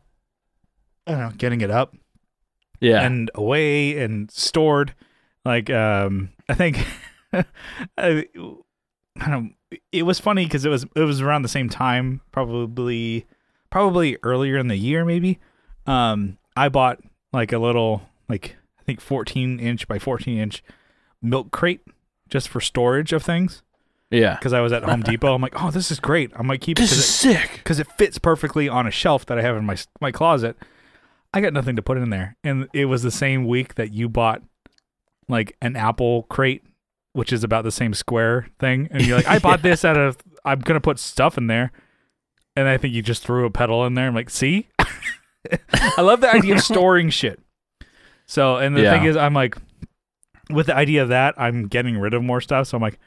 [SPEAKER 1] I don't know, getting it up.
[SPEAKER 2] yeah.
[SPEAKER 1] and away and stored. Like, um, I think I, I don't. It was funny because it was it was around the same time, probably probably earlier in the year, maybe. Um, I bought like a little like I think fourteen inch by fourteen inch milk crate just for storage of things
[SPEAKER 2] yeah.
[SPEAKER 1] because I was at Home Depot. I'm like, oh, this is great. I might keep it
[SPEAKER 2] This
[SPEAKER 1] 'cause
[SPEAKER 2] is
[SPEAKER 1] it
[SPEAKER 2] sick.
[SPEAKER 1] because it fits perfectly on a shelf that I have in my my closet. I got nothing to put in there, and it was the same week that you bought like an apple crate, which is about the same square thing, and you're like, I bought this out of I'm gonna put stuff in there, and I think you just threw a pedal in there. I'm like, see, I love the idea of storing shit. So, and the
[SPEAKER 2] Yeah.
[SPEAKER 1] thing is, I'm like, with the idea of that, I'm getting rid of more stuff. So I'm like,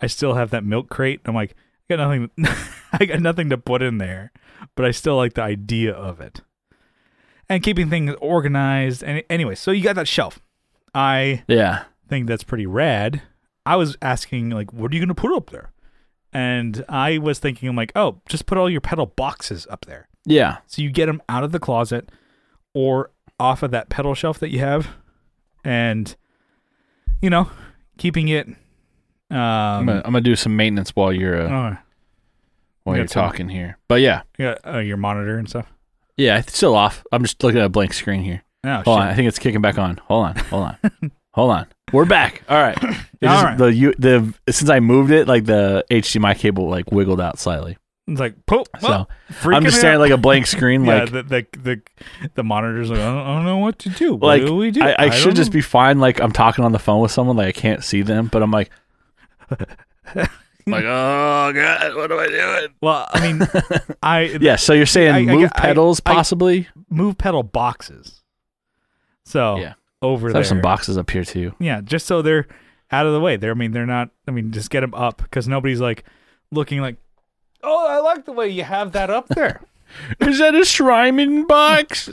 [SPEAKER 1] I still have that milk crate. I'm like, I got nothing. I got nothing to put in there, but I still like the idea of it. And keeping things organized. And anyway, so you got that shelf. I
[SPEAKER 2] Yeah.
[SPEAKER 1] think that's pretty rad. I was asking like, what are you going to put up there? And I was thinking, I'm like, oh, just put all your pedal boxes up there.
[SPEAKER 2] Yeah.
[SPEAKER 1] So you get them out of the closet or off of that pedal shelf that you have, and you know, keeping it.
[SPEAKER 2] I'm
[SPEAKER 1] Um,
[SPEAKER 2] gonna, I'm gonna do some maintenance while you're
[SPEAKER 1] oh,
[SPEAKER 2] uh, while
[SPEAKER 1] yeah,
[SPEAKER 2] you're
[SPEAKER 1] it's fine.
[SPEAKER 2] talking here. But yeah,
[SPEAKER 1] yeah, uh, your monitor and stuff.
[SPEAKER 2] yeah, it's still off. I'm just looking at a blank screen here.
[SPEAKER 1] Oh,
[SPEAKER 2] Hold on,
[SPEAKER 1] shit.
[SPEAKER 2] I think it's kicking back on. Hold on, hold on, hold on. We're back. All right. It's just
[SPEAKER 1] right.
[SPEAKER 2] The you the since I moved it, like the HDMI cable like wiggled out slightly.
[SPEAKER 1] It's like, poop.
[SPEAKER 2] So
[SPEAKER 1] Well,
[SPEAKER 2] I'm
[SPEAKER 1] freaking
[SPEAKER 2] just staring at
[SPEAKER 1] out.
[SPEAKER 2] like a blank screen.
[SPEAKER 1] yeah,
[SPEAKER 2] like
[SPEAKER 1] the, the the the monitors. Like, I, don't, I don't know what to do. What
[SPEAKER 2] like
[SPEAKER 1] do we do?
[SPEAKER 2] I, I,
[SPEAKER 1] don't
[SPEAKER 2] should just
[SPEAKER 1] know.
[SPEAKER 2] be fine. Like I'm talking on the phone with someone, like I can't see them, but I'm like, like oh god, what am I doing?
[SPEAKER 1] Well, I mean, I
[SPEAKER 2] Yeah. So you're saying
[SPEAKER 1] I- I-
[SPEAKER 2] move
[SPEAKER 1] I-
[SPEAKER 2] pedals
[SPEAKER 1] I-
[SPEAKER 2] possibly?
[SPEAKER 1] move pedal boxes. So
[SPEAKER 2] Yeah.
[SPEAKER 1] over there,
[SPEAKER 2] There's some boxes up here too.
[SPEAKER 1] yeah, just so they're out of the way. They're I mean they're not. I mean just get them up because nobody's like looking like, oh, I like the way you have that up there.
[SPEAKER 2] Is that a Shriman box?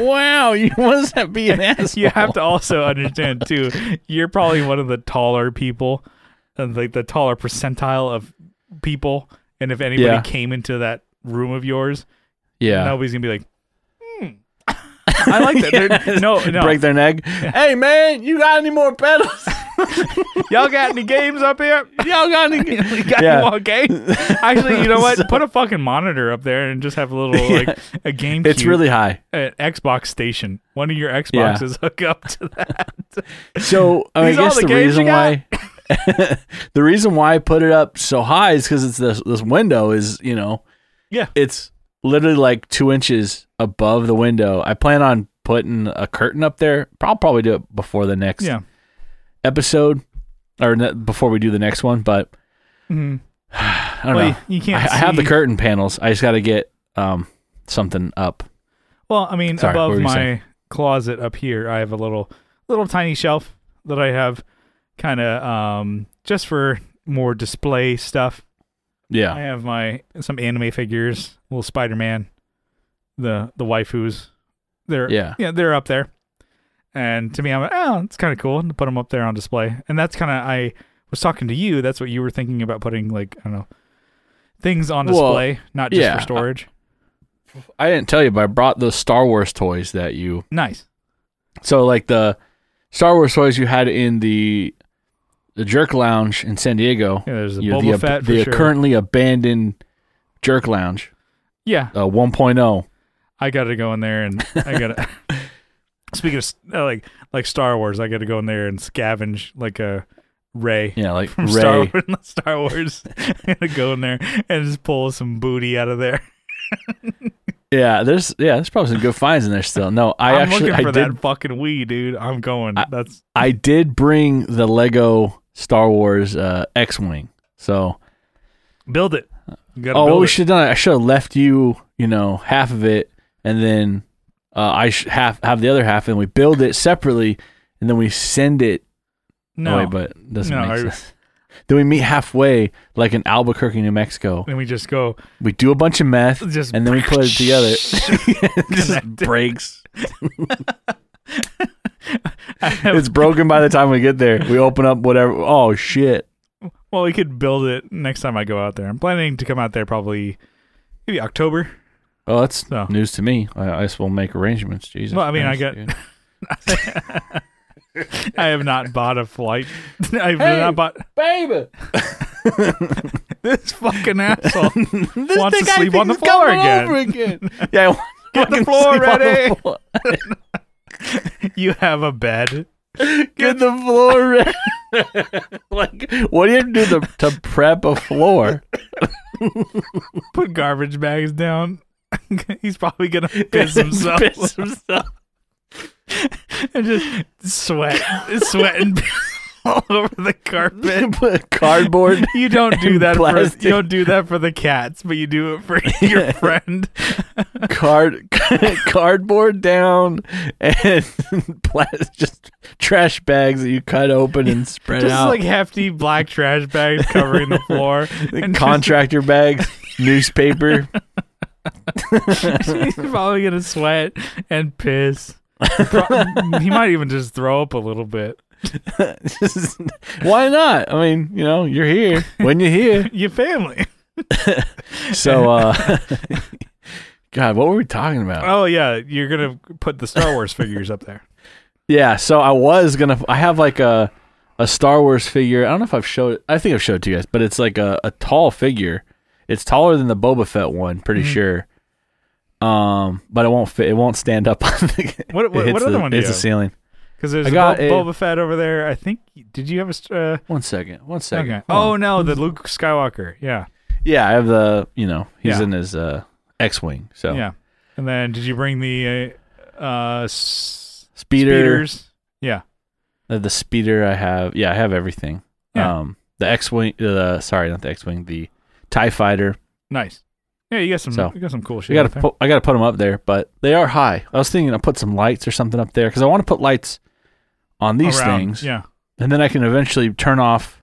[SPEAKER 2] wow, you must have be an asshole.
[SPEAKER 1] you have to also understand too. You're probably one of the taller people, and like the taller percentile of people. And if anybody
[SPEAKER 2] Yeah.
[SPEAKER 1] came into that room of yours,
[SPEAKER 2] yeah.
[SPEAKER 1] nobody's gonna be like, hmm, I like that. They're- No, no,
[SPEAKER 2] Break their neck. Hey man, you got any more pedals?
[SPEAKER 1] y'all got any games up here?
[SPEAKER 2] Y'all got any?
[SPEAKER 1] You got
[SPEAKER 2] Yeah.
[SPEAKER 1] yeah. okay. Actually, you know what? Put a fucking monitor up there and just have a little like a game.
[SPEAKER 2] It's really high.
[SPEAKER 1] an Xbox station. One of your Xboxes hook up to that.
[SPEAKER 2] So Oh, I, mean, I
[SPEAKER 1] These all
[SPEAKER 2] guess
[SPEAKER 1] the
[SPEAKER 2] the,
[SPEAKER 1] games you
[SPEAKER 2] reason
[SPEAKER 1] got?
[SPEAKER 2] why the reason why I put it up so high is because it's this this window is you know
[SPEAKER 1] Yeah.
[SPEAKER 2] it's literally like two inches above the window. I plan on putting a curtain up there. I'll probably do it before the next
[SPEAKER 1] yeah.
[SPEAKER 2] episode or ne- before we do the next one. But
[SPEAKER 1] hmm
[SPEAKER 2] I don't
[SPEAKER 1] Well,
[SPEAKER 2] know.
[SPEAKER 1] you, you
[SPEAKER 2] I,
[SPEAKER 1] can't.
[SPEAKER 2] I have the
[SPEAKER 1] see-
[SPEAKER 2] curtain panels. I just got to get um something up.
[SPEAKER 1] Well, I mean,
[SPEAKER 2] Sorry, what
[SPEAKER 1] above
[SPEAKER 2] were you
[SPEAKER 1] my
[SPEAKER 2] saying?
[SPEAKER 1] closet up here, I have a little, little tiny shelf that I have, kind of, um, just for more display stuff. I
[SPEAKER 2] Yeah.
[SPEAKER 1] have my some anime figures, little Spider Man, the the waifus. They're
[SPEAKER 2] Yeah.
[SPEAKER 1] yeah, they're up there. And to me, I'm like, oh, it's kind of cool to put them up there on display. And that's kind of I was talking to you. That's what you were thinking about putting like I don't know things on
[SPEAKER 2] Well,
[SPEAKER 1] display, not just
[SPEAKER 2] yeah,
[SPEAKER 1] for storage.
[SPEAKER 2] I didn't tell you, but I brought those Star Wars toys that you
[SPEAKER 1] nice.
[SPEAKER 2] So like the Star Wars toys you had in the the Jerk Lounge in San Diego,
[SPEAKER 1] Yeah, there's a
[SPEAKER 2] you know,
[SPEAKER 1] Boba
[SPEAKER 2] the, ab-
[SPEAKER 1] Fett for
[SPEAKER 2] the uh,
[SPEAKER 1] sure.
[SPEAKER 2] currently abandoned Jerk Lounge
[SPEAKER 1] yeah,
[SPEAKER 2] uh, 1.0.
[SPEAKER 1] I got to go in there and I got to. Speaking of s- uh, like like Star Wars, I got to go in there and scavenge like a Ray.
[SPEAKER 2] Yeah, like
[SPEAKER 1] from
[SPEAKER 2] Ray.
[SPEAKER 1] Star Wars, Star Wars. I'm gonna go in there and just pull some booty out of there.
[SPEAKER 2] Yeah, there's yeah, there's probably some good finds in there still. No, I
[SPEAKER 1] am
[SPEAKER 2] actually
[SPEAKER 1] looking for
[SPEAKER 2] I did
[SPEAKER 1] that fucking Wii, dude. I'm going.
[SPEAKER 2] I-
[SPEAKER 1] That's
[SPEAKER 2] I did bring the Lego Star Wars uh, X-wing. So
[SPEAKER 1] build it. You gotta
[SPEAKER 2] oh,
[SPEAKER 1] build
[SPEAKER 2] what we
[SPEAKER 1] it.
[SPEAKER 2] should have done, I should have left you, you know, half of it, and then uh, I sh- half have the other half, and we build it separately, and then we send it
[SPEAKER 1] no,
[SPEAKER 2] Oh, wait, but it doesn't
[SPEAKER 1] No,
[SPEAKER 2] make
[SPEAKER 1] I-
[SPEAKER 2] sense. Then we meet halfway, like in Albuquerque, New Mexico.
[SPEAKER 1] and we just go.
[SPEAKER 2] We do a bunch of meth,
[SPEAKER 1] Just
[SPEAKER 2] and then we put it together. It just
[SPEAKER 1] Connected.
[SPEAKER 2] breaks. It's broken by the time we get there. We open up whatever. Oh shit!
[SPEAKER 1] well, we could build it next time I go out there. I'm planning to come out there probably maybe October.
[SPEAKER 2] Oh, that's
[SPEAKER 1] No.
[SPEAKER 2] news to me. I, I just will make arrangements. Jesus.
[SPEAKER 1] Well, I mean, I
[SPEAKER 2] Christ,
[SPEAKER 1] got-
[SPEAKER 2] dude.
[SPEAKER 1] I have not bought a flight. I've
[SPEAKER 2] Hey!
[SPEAKER 1] not bought
[SPEAKER 2] baby.
[SPEAKER 1] this fucking asshole.
[SPEAKER 2] This
[SPEAKER 1] Wants to
[SPEAKER 2] thing I
[SPEAKER 1] sleep
[SPEAKER 2] think
[SPEAKER 1] on the
[SPEAKER 2] is
[SPEAKER 1] floor
[SPEAKER 2] coming
[SPEAKER 1] again.
[SPEAKER 2] over again. yeah, I want to
[SPEAKER 1] the
[SPEAKER 2] fucking
[SPEAKER 1] floor
[SPEAKER 2] sleep on the
[SPEAKER 1] ready.
[SPEAKER 2] floor.
[SPEAKER 1] you have a bed.
[SPEAKER 2] Get the floor ready. like, what do you do to, to prep a floor?
[SPEAKER 1] Put garbage bags down. He's probably gonna piss himself
[SPEAKER 2] Piss himself.
[SPEAKER 1] and just sweat, sweating all over the carpet.
[SPEAKER 2] Put cardboard.
[SPEAKER 1] You don't do
[SPEAKER 2] And
[SPEAKER 1] that for
[SPEAKER 2] plastic.
[SPEAKER 1] you don't do that for the cats, but you do it for your friend.
[SPEAKER 2] card cardboard down and plastic, just trash bags that you cut open and spread
[SPEAKER 1] Just
[SPEAKER 2] out.
[SPEAKER 1] like hefty black trash bags covering the floor. and
[SPEAKER 2] contractor bags, newspaper.
[SPEAKER 1] just- he's probably gonna sweat and piss. Pro- he might even just throw up a little bit.
[SPEAKER 2] Just- Why not? I mean, you know, you're here when you're here.
[SPEAKER 1] Your family.
[SPEAKER 2] So, uh, God, what were we talking about?
[SPEAKER 1] Oh yeah, you're gonna put the Star Wars figures up there.
[SPEAKER 2] Yeah, so I was gonna. I have like a a Star Wars figure. I don't know if I've showed. I think I've showed it to you guys, but it's like a, a tall figure. It's taller than the Boba Fett one, pretty
[SPEAKER 1] Mm-hmm.
[SPEAKER 2] sure. Um, but it won't fit. It won't stand up. on the-
[SPEAKER 1] What-
[SPEAKER 2] it
[SPEAKER 1] what-
[SPEAKER 2] hits
[SPEAKER 1] what other
[SPEAKER 2] the,
[SPEAKER 1] one do
[SPEAKER 2] It's
[SPEAKER 1] you
[SPEAKER 2] the
[SPEAKER 1] have?
[SPEAKER 2] ceiling.
[SPEAKER 1] Because there's
[SPEAKER 2] I
[SPEAKER 1] a
[SPEAKER 2] got
[SPEAKER 1] Bo-
[SPEAKER 2] a-
[SPEAKER 1] Boba Fett over there. I think. Did you have a? st- Uh,
[SPEAKER 2] One second. Hmm. One second.
[SPEAKER 1] okay. Oh no, the Luke Skywalker. Yeah.
[SPEAKER 2] Yeah, I have the you know he's
[SPEAKER 1] Yeah.
[SPEAKER 2] in his uh, X-wing. So
[SPEAKER 1] Yeah. And then did you bring the uh, uh s-
[SPEAKER 2] speeder,
[SPEAKER 1] speeders? Yeah.
[SPEAKER 2] uh, the speeder. I have yeah, I have everything.
[SPEAKER 1] Yeah.
[SPEAKER 2] Um, the X-wing. Uh, sorry, not the X-wing. The Tie Fighter.
[SPEAKER 1] Nice. Yeah, you got some
[SPEAKER 2] So,
[SPEAKER 1] you got some cool shit.
[SPEAKER 2] I gotta
[SPEAKER 1] out there.
[SPEAKER 2] put, I gotta put them up there, but they are high. I was thinking I put some lights or something up there because I want to put lights on these
[SPEAKER 1] Around.
[SPEAKER 2] things,
[SPEAKER 1] Yeah.
[SPEAKER 2] and then I can eventually turn off.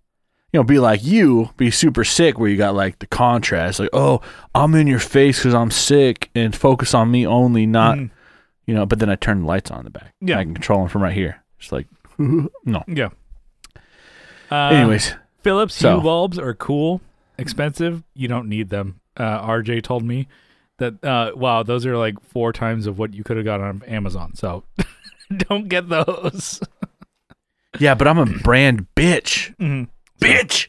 [SPEAKER 2] You know, be like you, be super sick where you got like the contrast, like oh, I'm in your face because I'm sick, and focus on me only, not
[SPEAKER 1] Mhm.
[SPEAKER 2] you know. But then I turn the lights on in the back.
[SPEAKER 1] Yeah.
[SPEAKER 2] I can control them from right here. Just like no.
[SPEAKER 1] Yeah. Uh,
[SPEAKER 2] Anyways,
[SPEAKER 1] Philips
[SPEAKER 2] So-
[SPEAKER 1] Hue bulbs are cool, expensive. You don't need them. Uh, RJ told me that. Uh, wow, those are like four times of what you could have got on Amazon. So don't get those.
[SPEAKER 2] yeah, but I'm a brand bitch,
[SPEAKER 1] Mhm.
[SPEAKER 2] bitch.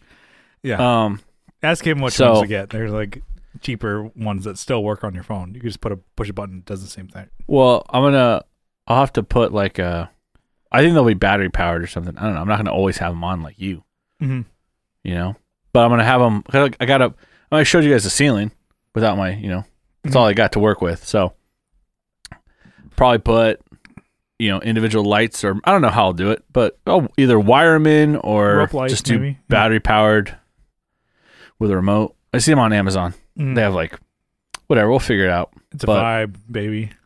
[SPEAKER 1] Yeah.
[SPEAKER 2] Um,
[SPEAKER 1] Ask him which
[SPEAKER 2] so-
[SPEAKER 1] ones to get. There's like cheaper ones that still work on your phone. You can just put a push a button. It does the same thing.
[SPEAKER 2] Well, I'm gonna. I'll have to put like a. I think they'll be battery powered or something. I don't know. I'm not gonna always have them on like you,
[SPEAKER 1] Mhm.
[SPEAKER 2] you know. But I'm gonna have them. I got up. I showed you guys the ceiling without my, you know, that's all I got to work with. So probably put, you know, individual lights or I don't know how I'll do it, but I'll either wire them in or
[SPEAKER 1] Rope lights,
[SPEAKER 2] just do
[SPEAKER 1] maybe.
[SPEAKER 2] battery powered with a remote. I see them on Amazon.
[SPEAKER 1] Mhm.
[SPEAKER 2] They have like whatever. We'll figure it out.
[SPEAKER 1] It's a
[SPEAKER 2] but-
[SPEAKER 1] vibe, baby.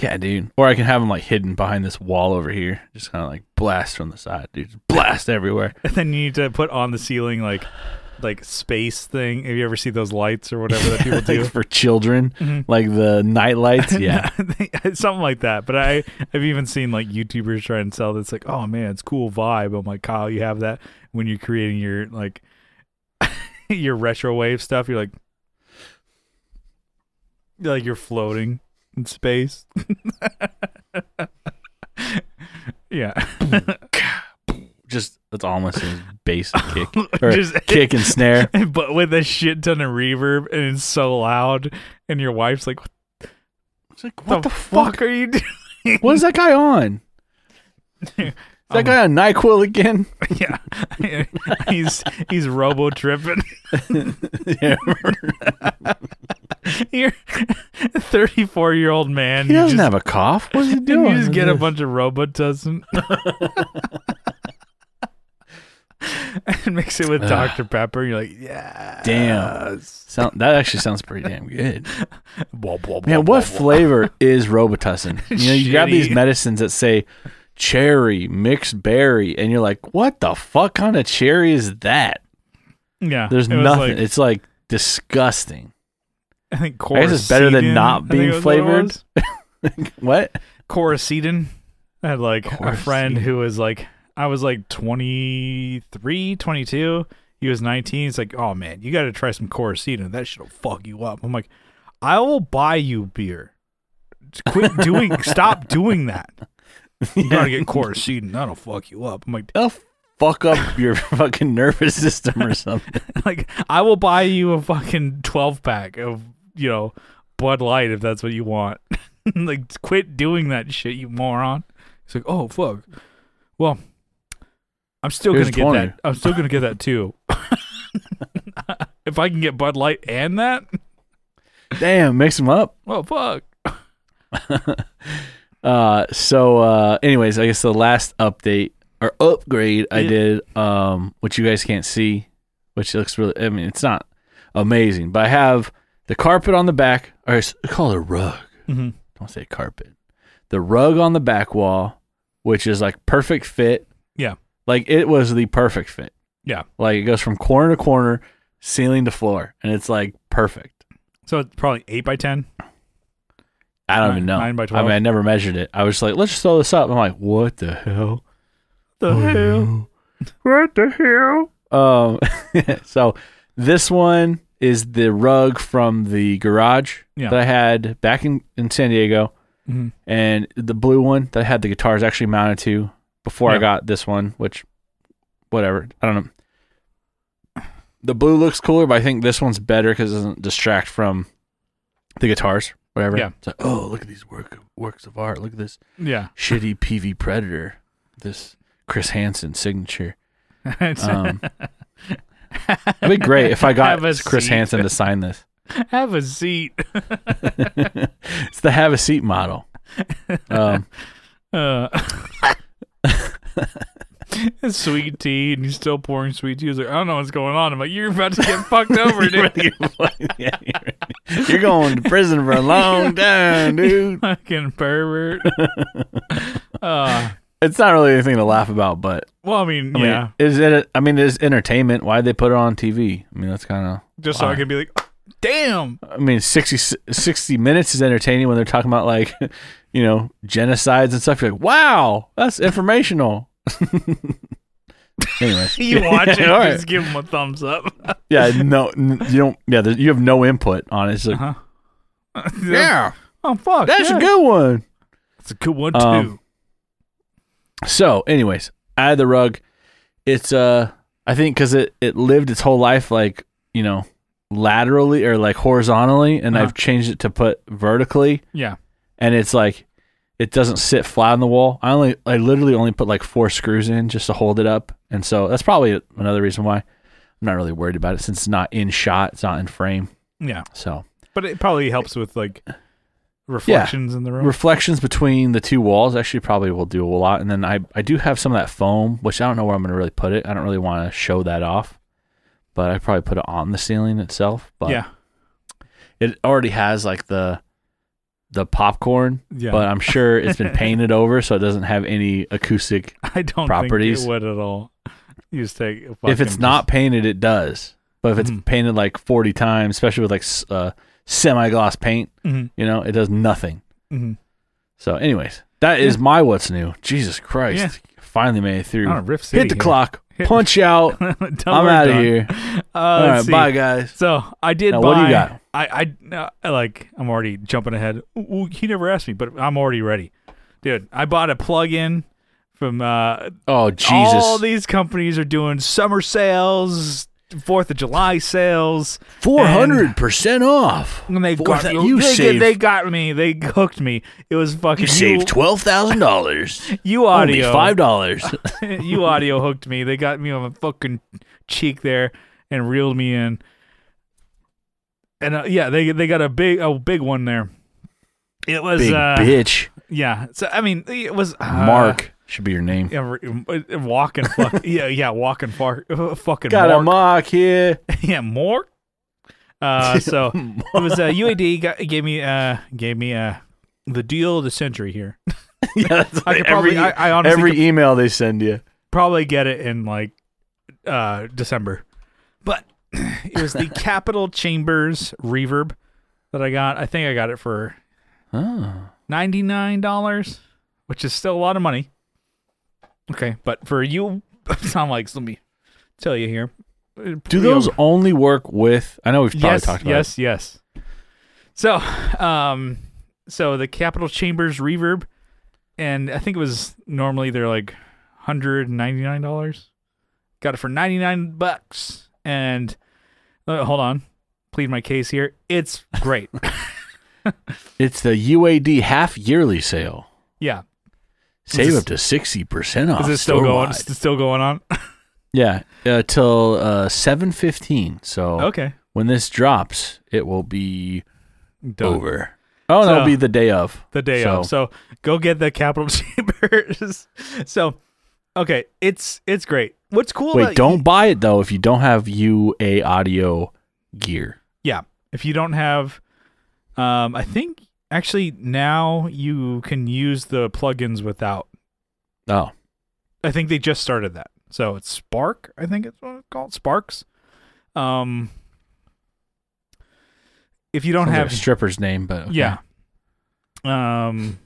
[SPEAKER 2] Yeah, dude. Or I can have them like hidden behind this wall over here, just kind of like blast from the side, dude. Just Blast everywhere.
[SPEAKER 1] And then you need to put on the ceiling like like space thing. Have you ever seen those lights or whatever that people do?
[SPEAKER 2] Like for children,
[SPEAKER 1] Mhm.
[SPEAKER 2] like the night lights. Yeah,
[SPEAKER 1] uh, something like that. But I I've even seen like YouTubers try and sell this like, oh man, it's cool vibe. I'm like, Kyle, you have that when you're creating your like your retro wave stuff. You're like, you're like you're floating in space. yeah,
[SPEAKER 2] just that's all I'm listening is bass and kick, or
[SPEAKER 1] Just-
[SPEAKER 2] kick and snare.
[SPEAKER 1] but with a shit ton of reverb and it's so loud, and your wife's like, what
[SPEAKER 2] It's like what
[SPEAKER 1] the,
[SPEAKER 2] the, fuck?
[SPEAKER 1] are you doing?
[SPEAKER 2] What is that guy on? Is that
[SPEAKER 1] Um,
[SPEAKER 2] guy on Nyquil again?
[SPEAKER 1] Yeah, he's he's robo tripping.
[SPEAKER 2] yeah,
[SPEAKER 1] You're a 34 year old man.
[SPEAKER 2] he
[SPEAKER 1] you
[SPEAKER 2] doesn't
[SPEAKER 1] just,
[SPEAKER 2] have a cough. What's he
[SPEAKER 1] and
[SPEAKER 2] doing?
[SPEAKER 1] You just get a bunch of robotussin and mix it with Dr Pepper. You're like, yeah,
[SPEAKER 2] Damn. Sound, that actually sounds pretty damn good.
[SPEAKER 1] Blah, blah, blah,
[SPEAKER 2] Man,
[SPEAKER 1] blah,
[SPEAKER 2] what flavor is Robitussin? You know, you grab these
[SPEAKER 1] Shitty.
[SPEAKER 2] medicines that say cherry, mixed berry, and you're like, what the fuck kind of cherry is that?
[SPEAKER 1] blah. Yeah,
[SPEAKER 2] There's
[SPEAKER 1] it was
[SPEAKER 2] nothing.
[SPEAKER 1] Like,
[SPEAKER 2] it's like disgusting.
[SPEAKER 1] I think
[SPEAKER 2] I guess it's better than
[SPEAKER 1] Coracetin,
[SPEAKER 2] not
[SPEAKER 1] I think
[SPEAKER 2] being
[SPEAKER 1] it was what it
[SPEAKER 2] flavored.
[SPEAKER 1] was.
[SPEAKER 2] What?
[SPEAKER 1] Coracetin. I had like a friend
[SPEAKER 2] Coracetin.
[SPEAKER 1] who was like, I was like 23, 22. He was 19. He's like, oh man, you got to try some Coracetin. That shit'll fuck you up. I'm like, I will buy you beer. Quit doing, stop doing that. You got to get Coracetin. That'll fuck you up. I'm like,
[SPEAKER 2] They'll fuck up your fucking nervous system or something.
[SPEAKER 1] like I will buy you a fucking 12 pack of, you know, Bud Light if that's what you want. like, quit doing that shit, you moron. He's like, oh, fuck. Well, I'm still going
[SPEAKER 2] Here's
[SPEAKER 1] to get
[SPEAKER 2] 20.
[SPEAKER 1] that. I'm still going to get that too. if I can get Bud Light and that,
[SPEAKER 2] Damn, mix them up.
[SPEAKER 1] well, fuck.
[SPEAKER 2] Uh, so, uh, anyways, I guess the last update or upgrade I
[SPEAKER 1] Yeah.
[SPEAKER 2] did, um, which you guys can't see, which looks really, I mean, it's not amazing, but I have the carpet on the back, or it's called a rug.
[SPEAKER 1] Mhm.
[SPEAKER 2] Don't say carpet. The rug on the back wall, which is like perfect fit.
[SPEAKER 1] Yeah.
[SPEAKER 2] Like it was the perfect fit.
[SPEAKER 1] Yeah.
[SPEAKER 2] Like it goes from corner to corner, ceiling to floor, and it's like perfect.
[SPEAKER 1] So it's probably 8 by 10
[SPEAKER 2] I don't
[SPEAKER 1] Nine-
[SPEAKER 2] even know.
[SPEAKER 1] nine by
[SPEAKER 2] I
[SPEAKER 1] 12.
[SPEAKER 2] mean, I never measured it. I was just like, let's just throw this up. I'm like, what the hell? Oh,
[SPEAKER 1] The hell?
[SPEAKER 2] What the hell? Um, so this one is the rug from the garage
[SPEAKER 1] Yeah.
[SPEAKER 2] that I had back in, in San Diego,
[SPEAKER 1] Mhm.
[SPEAKER 2] and the blue one that I had the guitars actually mounted to before I
[SPEAKER 1] Yeah.
[SPEAKER 2] got this one, which, whatever, I don't know. The blue looks cooler, but I think this one's better because it doesn't distract from the guitars, whatever.
[SPEAKER 1] Yeah.
[SPEAKER 2] It's like, oh, look at these work works of art. Look at this
[SPEAKER 1] Yeah.
[SPEAKER 2] shitty PV Predator, this Chris Hansen signature. Um, It'd be great if I got
[SPEAKER 1] Have a
[SPEAKER 2] Chris
[SPEAKER 1] seat.
[SPEAKER 2] Hansen to sign this.
[SPEAKER 1] Have a seat.
[SPEAKER 2] it's the have a seat model. Um,
[SPEAKER 1] Uh, sweet tea, and he's still pouring sweet tea. He's like, I don't know what's going on. I'm like, you're about to get fucked over, dude.
[SPEAKER 2] you're going to prison for a long time, dude.
[SPEAKER 1] Fucking pervert. Uh,
[SPEAKER 2] It's not really anything to laugh about, but
[SPEAKER 1] well, I mean,
[SPEAKER 2] I mean,
[SPEAKER 1] yeah,
[SPEAKER 2] is it? I mean, it's entertainment. Why'd they put it on TV? I mean, that's kind of.
[SPEAKER 1] just so I can be like, damn.
[SPEAKER 2] I mean, 60, 60 minutes is entertaining when they're talking about like, you know, genocides and stuff. You're like, wow, that's informational. Anyways,
[SPEAKER 1] You watch it,
[SPEAKER 2] all right.
[SPEAKER 1] just give him a thumbs up.
[SPEAKER 2] yeah, no, n- you don't. Yeah, there- you have no input on it. It's like,
[SPEAKER 1] Oh fuck.
[SPEAKER 2] that's
[SPEAKER 1] Uh-huh. yeah.
[SPEAKER 2] a good one.
[SPEAKER 1] That's a good one too.
[SPEAKER 2] Um, So, anyways, out of the rug, it's uh, I think because it it lived its whole life like you know laterally or like horizontally, and
[SPEAKER 1] Uh-huh.
[SPEAKER 2] I've changed it to put vertically.
[SPEAKER 1] yeah.
[SPEAKER 2] and it's like it doesn't sit flat on the wall. I only I literally only put like four screws in just to hold it up, and so that's probably another reason why I'm not really worried about it since it's not in shot, it's not in frame.
[SPEAKER 1] Yeah.
[SPEAKER 2] So
[SPEAKER 1] But it probably helps with like reflections in the room.
[SPEAKER 2] reflections between the two walls actually probably will do a lot, and then I I do have some of that foam, which I don't know where I'm gonna really put it. I don't really want to show that off, but I probably put it on the ceiling itself. But
[SPEAKER 1] yeah.
[SPEAKER 2] it already has like the the popcorn,
[SPEAKER 1] Yeah.
[SPEAKER 2] but I'm sure it's been painted over, so it doesn't have any acoustic
[SPEAKER 1] I don't
[SPEAKER 2] properties.
[SPEAKER 1] think it would at all. You just take a
[SPEAKER 2] if it's
[SPEAKER 1] fucking-
[SPEAKER 2] not painted, it does. But if it's
[SPEAKER 1] Mm.
[SPEAKER 2] painted like 40 times, especially with like s- uh, semi gloss paint,
[SPEAKER 1] Mhm,
[SPEAKER 2] you know, it does nothing.
[SPEAKER 1] mhm.
[SPEAKER 2] So, anyways, that is my what's new. Jesus Christ. Finally made it through.
[SPEAKER 1] on a riff city.
[SPEAKER 2] Hit the
[SPEAKER 1] here.
[SPEAKER 2] clock,
[SPEAKER 1] Hit-
[SPEAKER 2] punch out.
[SPEAKER 1] Don't
[SPEAKER 2] I'm
[SPEAKER 1] worry,
[SPEAKER 2] out of
[SPEAKER 1] Don.
[SPEAKER 2] here.
[SPEAKER 1] Uh,
[SPEAKER 2] All
[SPEAKER 1] let's
[SPEAKER 2] right,
[SPEAKER 1] see.
[SPEAKER 2] bye, guys.
[SPEAKER 1] So I did
[SPEAKER 2] Now,
[SPEAKER 1] buy.
[SPEAKER 2] what do you got?
[SPEAKER 1] I I uh, like. I'm already jumping ahead. Ooh, ooh, he never asked me, but I'm already ready, dude. I bought a plug-in from. Uh,
[SPEAKER 2] Oh, Jesus.
[SPEAKER 1] All these companies are doing summer sales, Fourth of July sales.
[SPEAKER 2] 400% off.
[SPEAKER 1] And they
[SPEAKER 2] Fourth
[SPEAKER 1] got
[SPEAKER 2] of-
[SPEAKER 1] you.
[SPEAKER 2] you
[SPEAKER 1] they,
[SPEAKER 2] saved-
[SPEAKER 1] they got me. They hooked me. It was fucking
[SPEAKER 2] You saved $12,000.
[SPEAKER 1] you
[SPEAKER 2] Only
[SPEAKER 1] audio.
[SPEAKER 2] $5.
[SPEAKER 1] you audio hooked me. They got me on my fucking cheek there and reeled me in. And uh, yeah, they they got a big a big one there. It was
[SPEAKER 2] Big
[SPEAKER 1] uh,
[SPEAKER 2] bitch.
[SPEAKER 1] yeah. So I mean, it was uh,
[SPEAKER 2] Mark should be your name.
[SPEAKER 1] Yeah, re- uh, walking fuck. yeah, yeah, walking far. uh, fucking
[SPEAKER 2] Got a
[SPEAKER 1] Mark.
[SPEAKER 2] mark here.
[SPEAKER 1] yeah, Mark. Uh, so it was uh, UAD got, gave me uh gave me uh the deal of the century here.
[SPEAKER 2] yeah, that's
[SPEAKER 1] I
[SPEAKER 2] like
[SPEAKER 1] could probably
[SPEAKER 2] every-
[SPEAKER 1] I, I honestly
[SPEAKER 2] every
[SPEAKER 1] could
[SPEAKER 2] email they send you.
[SPEAKER 1] probably get it in like uh December. But it was the Capital Chambers reverb that I got. I think I got it for
[SPEAKER 2] Oh.
[SPEAKER 1] ninety nine dollars, which is still a lot of money. Okay, but for you, sound like let me tell you here.
[SPEAKER 2] Do those only work with? I know we've probably
[SPEAKER 1] yes,
[SPEAKER 2] talked about
[SPEAKER 1] yes, yes. So, um, so the Capitol Chambers reverb, and I think it was normally they're like hundred ninety nine dollars. Got it for ninety nine bucks, and uh, hold on, plead my case here. It's great.
[SPEAKER 2] it. It's the UAD half yearly sale.
[SPEAKER 1] yeah,
[SPEAKER 2] Save
[SPEAKER 1] this-
[SPEAKER 2] up to sixty percent off.
[SPEAKER 1] is it still going?
[SPEAKER 2] store-wide.
[SPEAKER 1] It's still going on?
[SPEAKER 2] Yeah, uh, till uh, seven fifteen. So
[SPEAKER 1] okay,
[SPEAKER 2] when this drops, it will be
[SPEAKER 1] Done.
[SPEAKER 2] over. Oh, no,
[SPEAKER 1] So-
[SPEAKER 2] it'll be the day of.
[SPEAKER 1] the day
[SPEAKER 2] So-
[SPEAKER 1] of. So go get the Capitol Chambers. so, okay, it's it's great. What's cool?
[SPEAKER 2] Wait,
[SPEAKER 1] about-
[SPEAKER 2] don't buy it though if you don't have UA audio gear.
[SPEAKER 1] Yeah. If you don't have, um, I think actually now you can use the plugins without.
[SPEAKER 2] Oh,
[SPEAKER 1] I think they just started that. So it's Spark. I think it's what it's called Sparks. Um, if you don't
[SPEAKER 2] sounds like
[SPEAKER 1] have,
[SPEAKER 2] a stripper's name, but okay.
[SPEAKER 1] yeah. Um,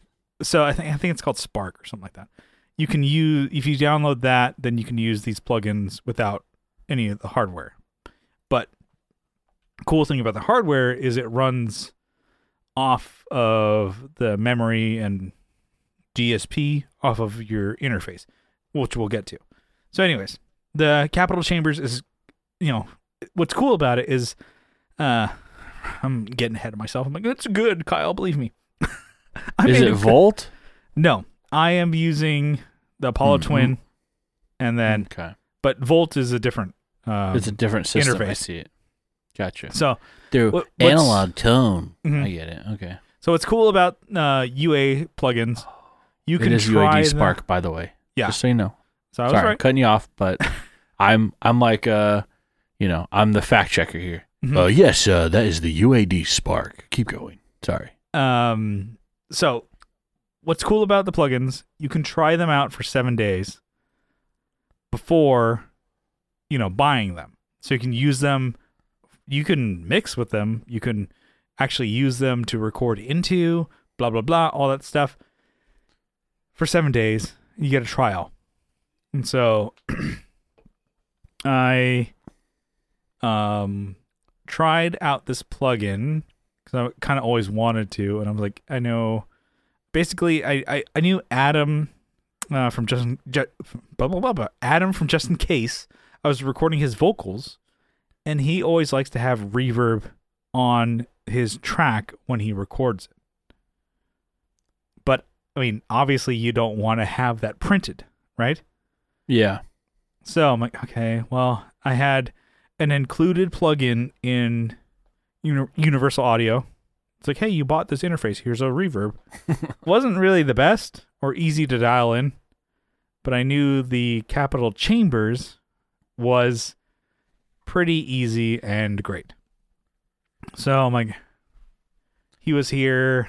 [SPEAKER 1] so I think I think it's called Spark or something like that. You can use if you download that, then you can use these plugins without any of the hardware. But cool thing about the hardware is it runs off of the memory and DSP off of your interface, which we'll get to. So, anyways, the Capital Chambers is, you know, what's cool about it is, uh, I'm getting ahead of myself. I'm like, that's good, Kyle. Believe me. I
[SPEAKER 2] Is
[SPEAKER 1] made
[SPEAKER 2] it
[SPEAKER 1] a-
[SPEAKER 2] Volt?
[SPEAKER 1] No, I am using the Apollo
[SPEAKER 2] Mhm.
[SPEAKER 1] Twin, and then
[SPEAKER 2] okay.
[SPEAKER 1] but Volt is a different um,
[SPEAKER 2] Mm-hmm. it's a different system. I
[SPEAKER 1] interface.
[SPEAKER 2] see it. Gotcha.
[SPEAKER 1] so
[SPEAKER 2] Through
[SPEAKER 1] what- what's-
[SPEAKER 2] analog tone.
[SPEAKER 1] Mhm.
[SPEAKER 2] I get it. Okay.
[SPEAKER 1] so what's cool about uh, UA plugins? You
[SPEAKER 2] it
[SPEAKER 1] can
[SPEAKER 2] is
[SPEAKER 1] try
[SPEAKER 2] UAD
[SPEAKER 1] them-
[SPEAKER 2] Spark, by the way.
[SPEAKER 1] Yeah.
[SPEAKER 2] Just so you know.
[SPEAKER 1] So I was
[SPEAKER 2] Sorry,
[SPEAKER 1] right.
[SPEAKER 2] cutting you off, but I'm I'm like uh, you know, I'm the fact checker here.
[SPEAKER 1] Mhm.
[SPEAKER 2] Uh, yes, uh, that is the UAD Spark. Keep going. Sorry.
[SPEAKER 1] Um, so what's cool about the plugins? You can try them out for seven days before, you know, buying them. So you can use them. You can mix with them. You can actually use them to record into blah blah blah all that stuff. For seven days, you get a trial, and so I um tried out this plugin because I kind of always wanted to, and I was like, I know. Basically, I I, I knew Adam uh, from Justin Ju- blah, blah blah blah Adam from Justin Case. I was recording his vocals, and he always likes to have reverb on his track when he records it. But I mean, obviously, you don't want to have that printed, right?
[SPEAKER 2] Yeah.
[SPEAKER 1] So I'm like, okay, well, I had an included plugin in Uni- Universal Audio. It's like, hey, you bought this interface. Here's a reverb. Wasn't really the best or easy to dial in, but I knew the Capital Chambers was pretty easy and great. So I'm like, he was here.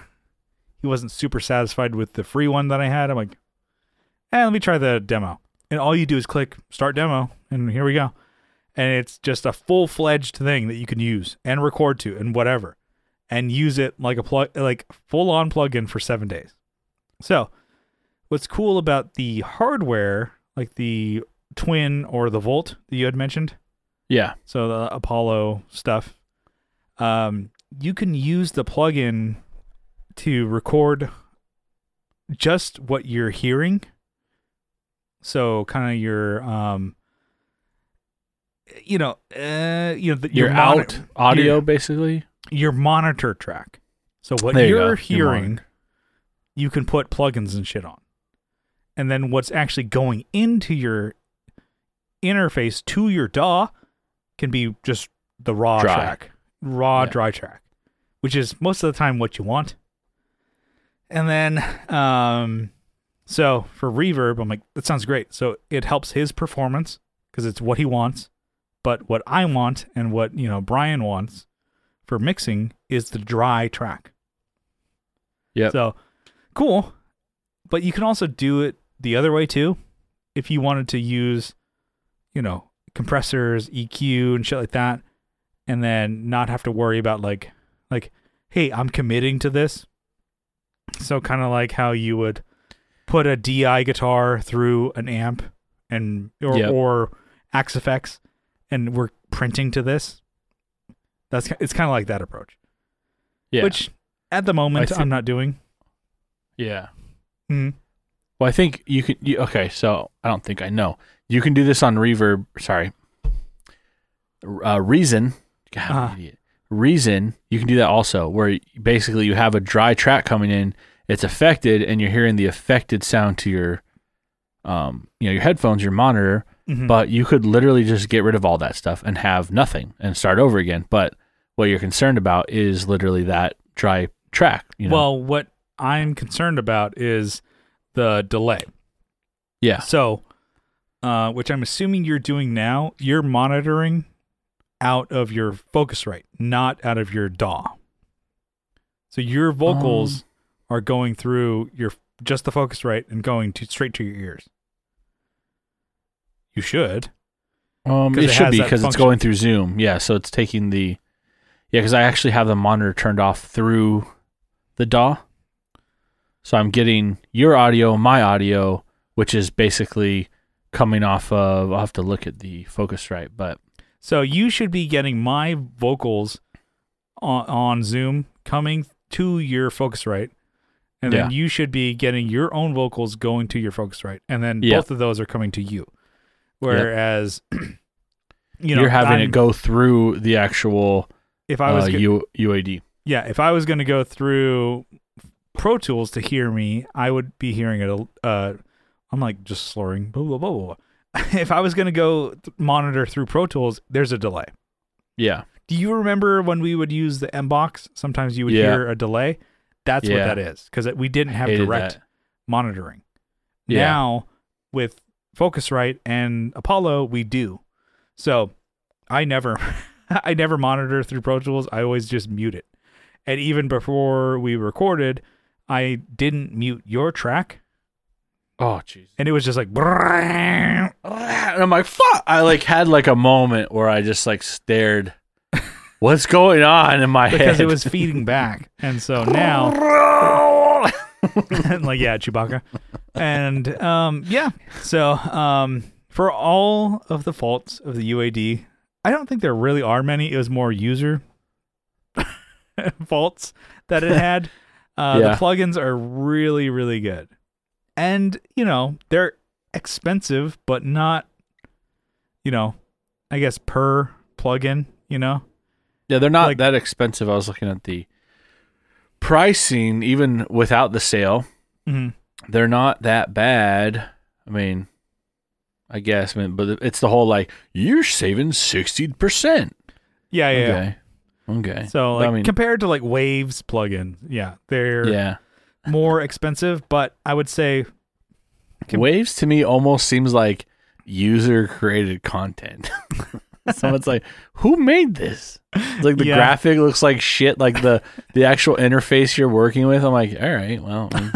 [SPEAKER 1] He wasn't super satisfied with the free one that I had. I'm like, eh, let me try the demo. And all you do is click start demo, and here we go. And it's just a full fledged thing that you can use and record to and whatever, and use it like a plug, like full on plugin for seven days. So, what's cool about the hardware, like the Twin or the Volt that you had mentioned,
[SPEAKER 2] Yeah.
[SPEAKER 1] so the Apollo stuff. Um, you can use the plugin to record just what you're hearing. So kind of your um, you know, uh, you know, the,
[SPEAKER 2] Your,
[SPEAKER 1] moni-
[SPEAKER 2] out audio
[SPEAKER 1] your-
[SPEAKER 2] basically.
[SPEAKER 1] your monitor track. So what
[SPEAKER 2] There you
[SPEAKER 1] you're
[SPEAKER 2] go, your
[SPEAKER 1] hearing,
[SPEAKER 2] monitor.
[SPEAKER 1] you can put plugins and shit on. And then what's actually going into your interface to your DAW can be just the raw
[SPEAKER 2] Dry.
[SPEAKER 1] track, raw
[SPEAKER 2] Yeah.
[SPEAKER 1] dry track, which is most of the time what you want. And then, um, so for reverb, I'm like, that sounds great. So it helps his performance because it's what he wants. But what I want and what, you know, Brian wants for mixing is the dry track.
[SPEAKER 2] Yep.
[SPEAKER 1] So cool. But you can also do it the other way too. If you wanted to use, you know, compressors, EQ and shit like that, and then not have to worry about like like, hey, I'm committing to this. So kind of like how you would put a DI guitar through an amp and or
[SPEAKER 2] Yep.
[SPEAKER 1] or Axe Effects and we're printing to this. That's ki- it's kind of like that approach
[SPEAKER 2] Yeah.
[SPEAKER 1] which at the moment
[SPEAKER 2] I thi-
[SPEAKER 1] I'm not doing.
[SPEAKER 2] yeah.
[SPEAKER 1] hmm
[SPEAKER 2] Well, I think you can. You, okay, so I don't think I know. You can do this on Reverb. Sorry, uh, Reason. God, I'm an
[SPEAKER 1] Uh-huh.
[SPEAKER 2] idiot. Reason. You can do that also, where basically you have a dry track coming in. It's affected, and you're hearing the affected sound to your, um, you know, your headphones, your monitor.
[SPEAKER 1] Mm-hmm. Hmm.
[SPEAKER 2] But you could literally just get rid of all that stuff and have nothing and start over again. But what you're concerned about is literally that dry track. You know?
[SPEAKER 1] Well, what I'm concerned about is the delay.
[SPEAKER 2] yeah,
[SPEAKER 1] So, uh, which I'm assuming you're doing now, you're monitoring out of your Focusrite, not out of your DAW. So your
[SPEAKER 2] Um.
[SPEAKER 1] vocals are going through your just the Focusrite and going to straight to your ears. You should.
[SPEAKER 2] Um,
[SPEAKER 1] 'Cause
[SPEAKER 2] it,
[SPEAKER 1] it
[SPEAKER 2] should
[SPEAKER 1] has
[SPEAKER 2] be
[SPEAKER 1] that
[SPEAKER 2] because it's
[SPEAKER 1] function.
[SPEAKER 2] going through Zoom. Yeah, so it's taking the yeah because I actually have the monitor turned off through the DAW, so I'm getting your audio, my audio, which is basically coming off of. I'll have to look at the Focusrite, but
[SPEAKER 1] So you should be getting my vocals on, on Zoom coming to your Focusrite, and then
[SPEAKER 2] Yeah.
[SPEAKER 1] you should be getting your own vocals going to your Focusrite, and then
[SPEAKER 2] Yeah.
[SPEAKER 1] both of those are coming to you. Whereas, you
[SPEAKER 2] you
[SPEAKER 1] know,
[SPEAKER 2] are having
[SPEAKER 1] I'm-
[SPEAKER 2] it go through the actual
[SPEAKER 1] If I was
[SPEAKER 2] uh,
[SPEAKER 1] go-
[SPEAKER 2] U, UAD.
[SPEAKER 1] yeah, if I was going to go through Pro Tools to hear me, I would be hearing it. a- Uh, I'm like just slurring. Blah blah blah blah. blah. if I was going to go th- monitor through Pro Tools, there's a delay.
[SPEAKER 2] Yeah.
[SPEAKER 1] Do you remember when we would use the M box? Sometimes you would
[SPEAKER 2] Yeah.
[SPEAKER 1] hear a delay. That's
[SPEAKER 2] Yeah.
[SPEAKER 1] what that is because we didn't have
[SPEAKER 2] Hated
[SPEAKER 1] direct
[SPEAKER 2] that.
[SPEAKER 1] monitoring.
[SPEAKER 2] Yeah.
[SPEAKER 1] Now with Focusrite and Apollo, we do. So I never, I never monitor through Pro Tools. I always just mute it. And even before we recorded, I didn't mute your track,
[SPEAKER 2] Oh jeez.
[SPEAKER 1] and it was just like. "Brrrr."
[SPEAKER 2] And I'm like, fuck. I like had like a moment where I just like stared. What's going on in my
[SPEAKER 1] because
[SPEAKER 2] head?
[SPEAKER 1] it was feeding back. And so now, like, yeah, Chewbacca. And um, yeah, so um, for all of the faults of the UAD, I don't think there really are many. It was more user faults that it had. Uh,
[SPEAKER 2] Yeah.
[SPEAKER 1] The plugins are really, really good. And, you know, they're expensive, but not, you know, I guess per plugin, you know?
[SPEAKER 2] Yeah, they're not
[SPEAKER 1] Like-
[SPEAKER 2] that expensive. I was looking at the pricing, even without the sale,
[SPEAKER 1] hmm
[SPEAKER 2] they're not that bad. I mean, I guess, I mean, but it's the whole like you're saving sixty percent.
[SPEAKER 1] Yeah, yeah, yeah.
[SPEAKER 2] Okay, okay.
[SPEAKER 1] So
[SPEAKER 2] But
[SPEAKER 1] like
[SPEAKER 2] I mean,
[SPEAKER 1] compared to like Waves plugins, yeah, they're
[SPEAKER 2] yeah,
[SPEAKER 1] more expensive, but I would say com-
[SPEAKER 2] waves to me almost seems like user created content. Someone's like, "Who made this?" It's like the
[SPEAKER 1] Yeah.
[SPEAKER 2] graphic looks like shit. Like the the actual interface you're working with. I'm like, all right, well. I mean,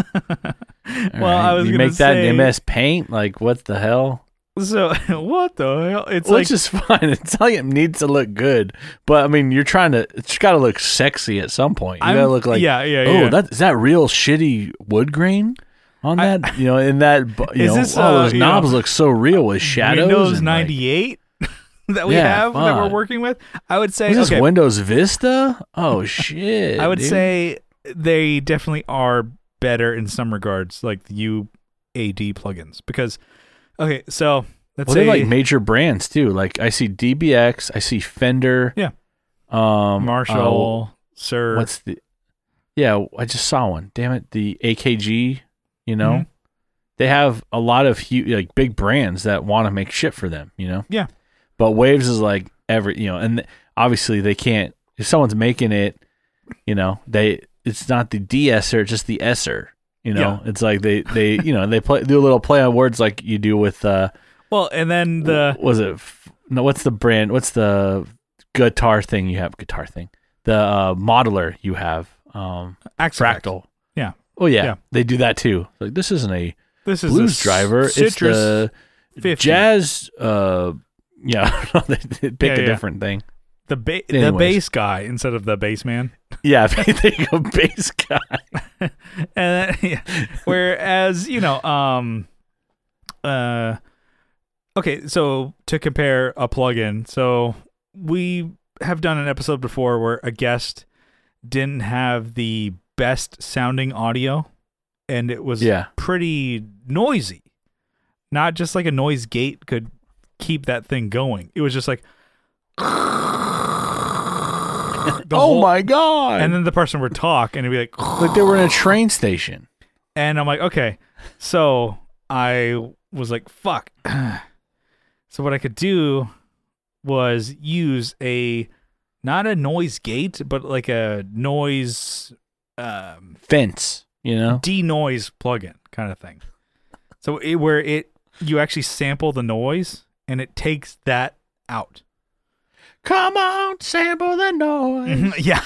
[SPEAKER 1] Well, I was
[SPEAKER 2] you
[SPEAKER 1] gonna
[SPEAKER 2] make that
[SPEAKER 1] say-
[SPEAKER 2] in MS Paint. Like, what the hell?
[SPEAKER 1] so what the hell? It's
[SPEAKER 2] Which
[SPEAKER 1] like
[SPEAKER 2] is fine. It's like it needs to look good, but I mean, you're trying to. It's got to look sexy at some point. You
[SPEAKER 1] I'm-
[SPEAKER 2] gotta look like,
[SPEAKER 1] yeah, yeah,
[SPEAKER 2] oh,
[SPEAKER 1] yeah.
[SPEAKER 2] that is that real shitty wood grain on
[SPEAKER 1] I-
[SPEAKER 2] that. you know, in that. bu- You
[SPEAKER 1] Is
[SPEAKER 2] know,
[SPEAKER 1] this,
[SPEAKER 2] oh,
[SPEAKER 1] uh,
[SPEAKER 2] those
[SPEAKER 1] you know,
[SPEAKER 2] knobs look so real with shadows.
[SPEAKER 1] Windows
[SPEAKER 2] and, like,
[SPEAKER 1] ninety eight that we
[SPEAKER 2] Yeah,
[SPEAKER 1] have that we're
[SPEAKER 2] fuck.
[SPEAKER 1] working with. I would say
[SPEAKER 2] is this
[SPEAKER 1] okay,
[SPEAKER 2] Windows Vista? Oh shit!
[SPEAKER 1] I would
[SPEAKER 2] dude.
[SPEAKER 1] say they definitely are better in some regards, like the UAD plugins, because okay, so let's
[SPEAKER 2] Well,
[SPEAKER 1] say
[SPEAKER 2] they're like major brands too. Like I see DBX, I see Fender.
[SPEAKER 1] Yeah.
[SPEAKER 2] Um, uh,
[SPEAKER 1] Marshall, Sir,
[SPEAKER 2] What's the? Yeah, I just saw one. Damn it, the AKG. You know,
[SPEAKER 1] Mhm.
[SPEAKER 2] they have a lot of huge, like big brands that want to make shit for them. You know.
[SPEAKER 1] Yeah.
[SPEAKER 2] But Waves is like every you know, and th- obviously they can't. If someone's making it, you know, they it's not the de-esser, it's just the esser. You know, it's like they they you know they play do a little play on words like you do with uh
[SPEAKER 1] well, and then the
[SPEAKER 2] was it f- no what's the brand what's the guitar thing you have guitar thing the uh, modeler you have um
[SPEAKER 1] Axle Effect.
[SPEAKER 2] fractal
[SPEAKER 1] Yeah.
[SPEAKER 2] oh yeah,
[SPEAKER 1] Yeah.
[SPEAKER 2] they do that too like this isn't a
[SPEAKER 1] This is a
[SPEAKER 2] blues
[SPEAKER 1] c-
[SPEAKER 2] driver it's
[SPEAKER 1] Citrus
[SPEAKER 2] the
[SPEAKER 1] 50.
[SPEAKER 2] jazz uh yeah they, they pick
[SPEAKER 1] Yeah,
[SPEAKER 2] a
[SPEAKER 1] yeah.
[SPEAKER 2] different thing
[SPEAKER 1] the ba- the
[SPEAKER 2] Anyways.
[SPEAKER 1] bass guy instead of the bass man.
[SPEAKER 2] yeah if they think of bass guy
[SPEAKER 1] And uh, yeah. whereas you know, um, uh, okay, so to compare a plugin, so we have done an episode before where a guest didn't have the best sounding audio, and it was
[SPEAKER 2] yeah
[SPEAKER 1] pretty noisy. Not just like a noise gate could keep that thing going. It was just like. the
[SPEAKER 2] oh
[SPEAKER 1] whole-
[SPEAKER 2] my god
[SPEAKER 1] and then the person would talk and it'd be like
[SPEAKER 2] like they were in a train station
[SPEAKER 1] and i'm like okay so i was like fuck so what i could do was use a not a noise gate but like a noise um
[SPEAKER 2] fence you know
[SPEAKER 1] denoise plugin kind of thing so it, where it you actually sample the noise and it takes that out
[SPEAKER 2] come on sample the noise
[SPEAKER 1] Mhm, yeah.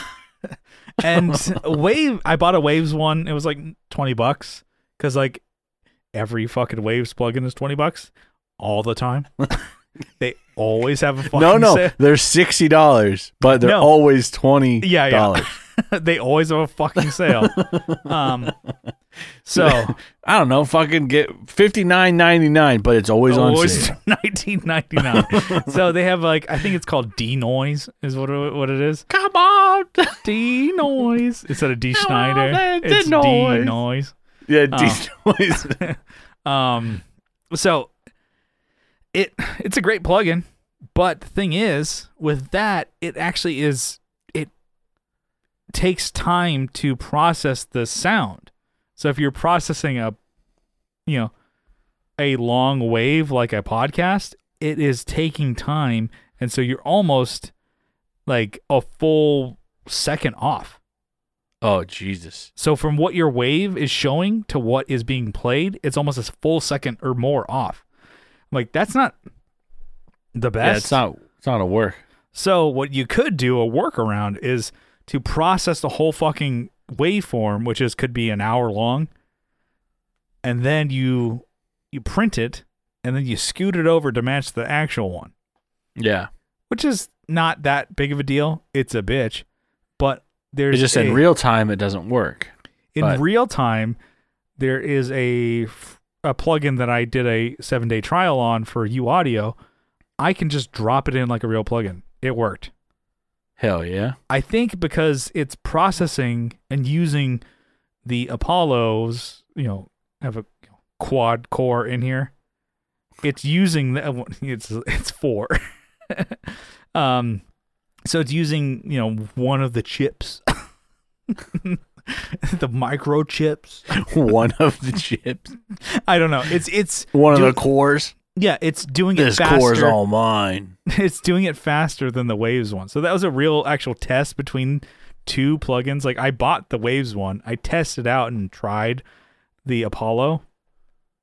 [SPEAKER 1] and wave, I bought a waves one. It was like twenty bucks because like every fucking waves plugin is twenty bucks all the time. they always have a fucking
[SPEAKER 2] No, no,
[SPEAKER 1] sale.
[SPEAKER 2] they're sixty dollars, but they're
[SPEAKER 1] No.
[SPEAKER 2] always twenty dollars.
[SPEAKER 1] Yeah, yeah. they always have a fucking sale. um, so
[SPEAKER 2] I don't know. Fucking get fifty nine ninety nine, but it's always on
[SPEAKER 1] always
[SPEAKER 2] sale.
[SPEAKER 1] nineteen ninety nine. so they have like I think it's called denoise is what it, what it is.
[SPEAKER 2] Come on,
[SPEAKER 1] Denoise instead of D Schneider,
[SPEAKER 2] man,
[SPEAKER 1] it's
[SPEAKER 2] denoise.
[SPEAKER 1] denoise.
[SPEAKER 2] yeah,
[SPEAKER 1] Oh.
[SPEAKER 2] these toys.
[SPEAKER 1] Um, so it it's a great plugin, but the thing is, with that, it actually is it takes time to process the sound. So if you're processing a, you know, a long wave like a podcast, it is taking time, and so you're almost like a full second off.
[SPEAKER 2] Oh Jesus.
[SPEAKER 1] So from what your wave is showing to what is being played, it's almost a full second or more off. Like that's not the best.
[SPEAKER 2] Yeah, it's not it's not a work.
[SPEAKER 1] So what you could do a workaround is to process the whole fucking waveform, which is could be an hour long, and then you you print it and then you scoot it over to match the actual one,
[SPEAKER 2] Yeah.
[SPEAKER 1] which is not that big of a deal. It's a bitch, but there's
[SPEAKER 2] It's just
[SPEAKER 1] a-
[SPEAKER 2] in real time it doesn't work.
[SPEAKER 1] in
[SPEAKER 2] but-
[SPEAKER 1] real time. There is a f- a plugin that I did a seven day trial on for U Audio. I can just drop it in like a real plugin. It worked.
[SPEAKER 2] Hell yeah.
[SPEAKER 1] I think because it's processing and using the Apollos, you know, have a quad core in here. It's using the it's it's four. um so it's using, you know, one of the chips. the microchips.
[SPEAKER 2] One of the chips.
[SPEAKER 1] I don't know. It's it's
[SPEAKER 2] One
[SPEAKER 1] Do-
[SPEAKER 2] of the cores.
[SPEAKER 1] yeah, it's doing
[SPEAKER 2] This
[SPEAKER 1] it faster.
[SPEAKER 2] core's all mine.
[SPEAKER 1] it's doing it faster than the waves one. So that was a real actual test between two plugins. Like I bought the waves one, I tested out and tried the Apollo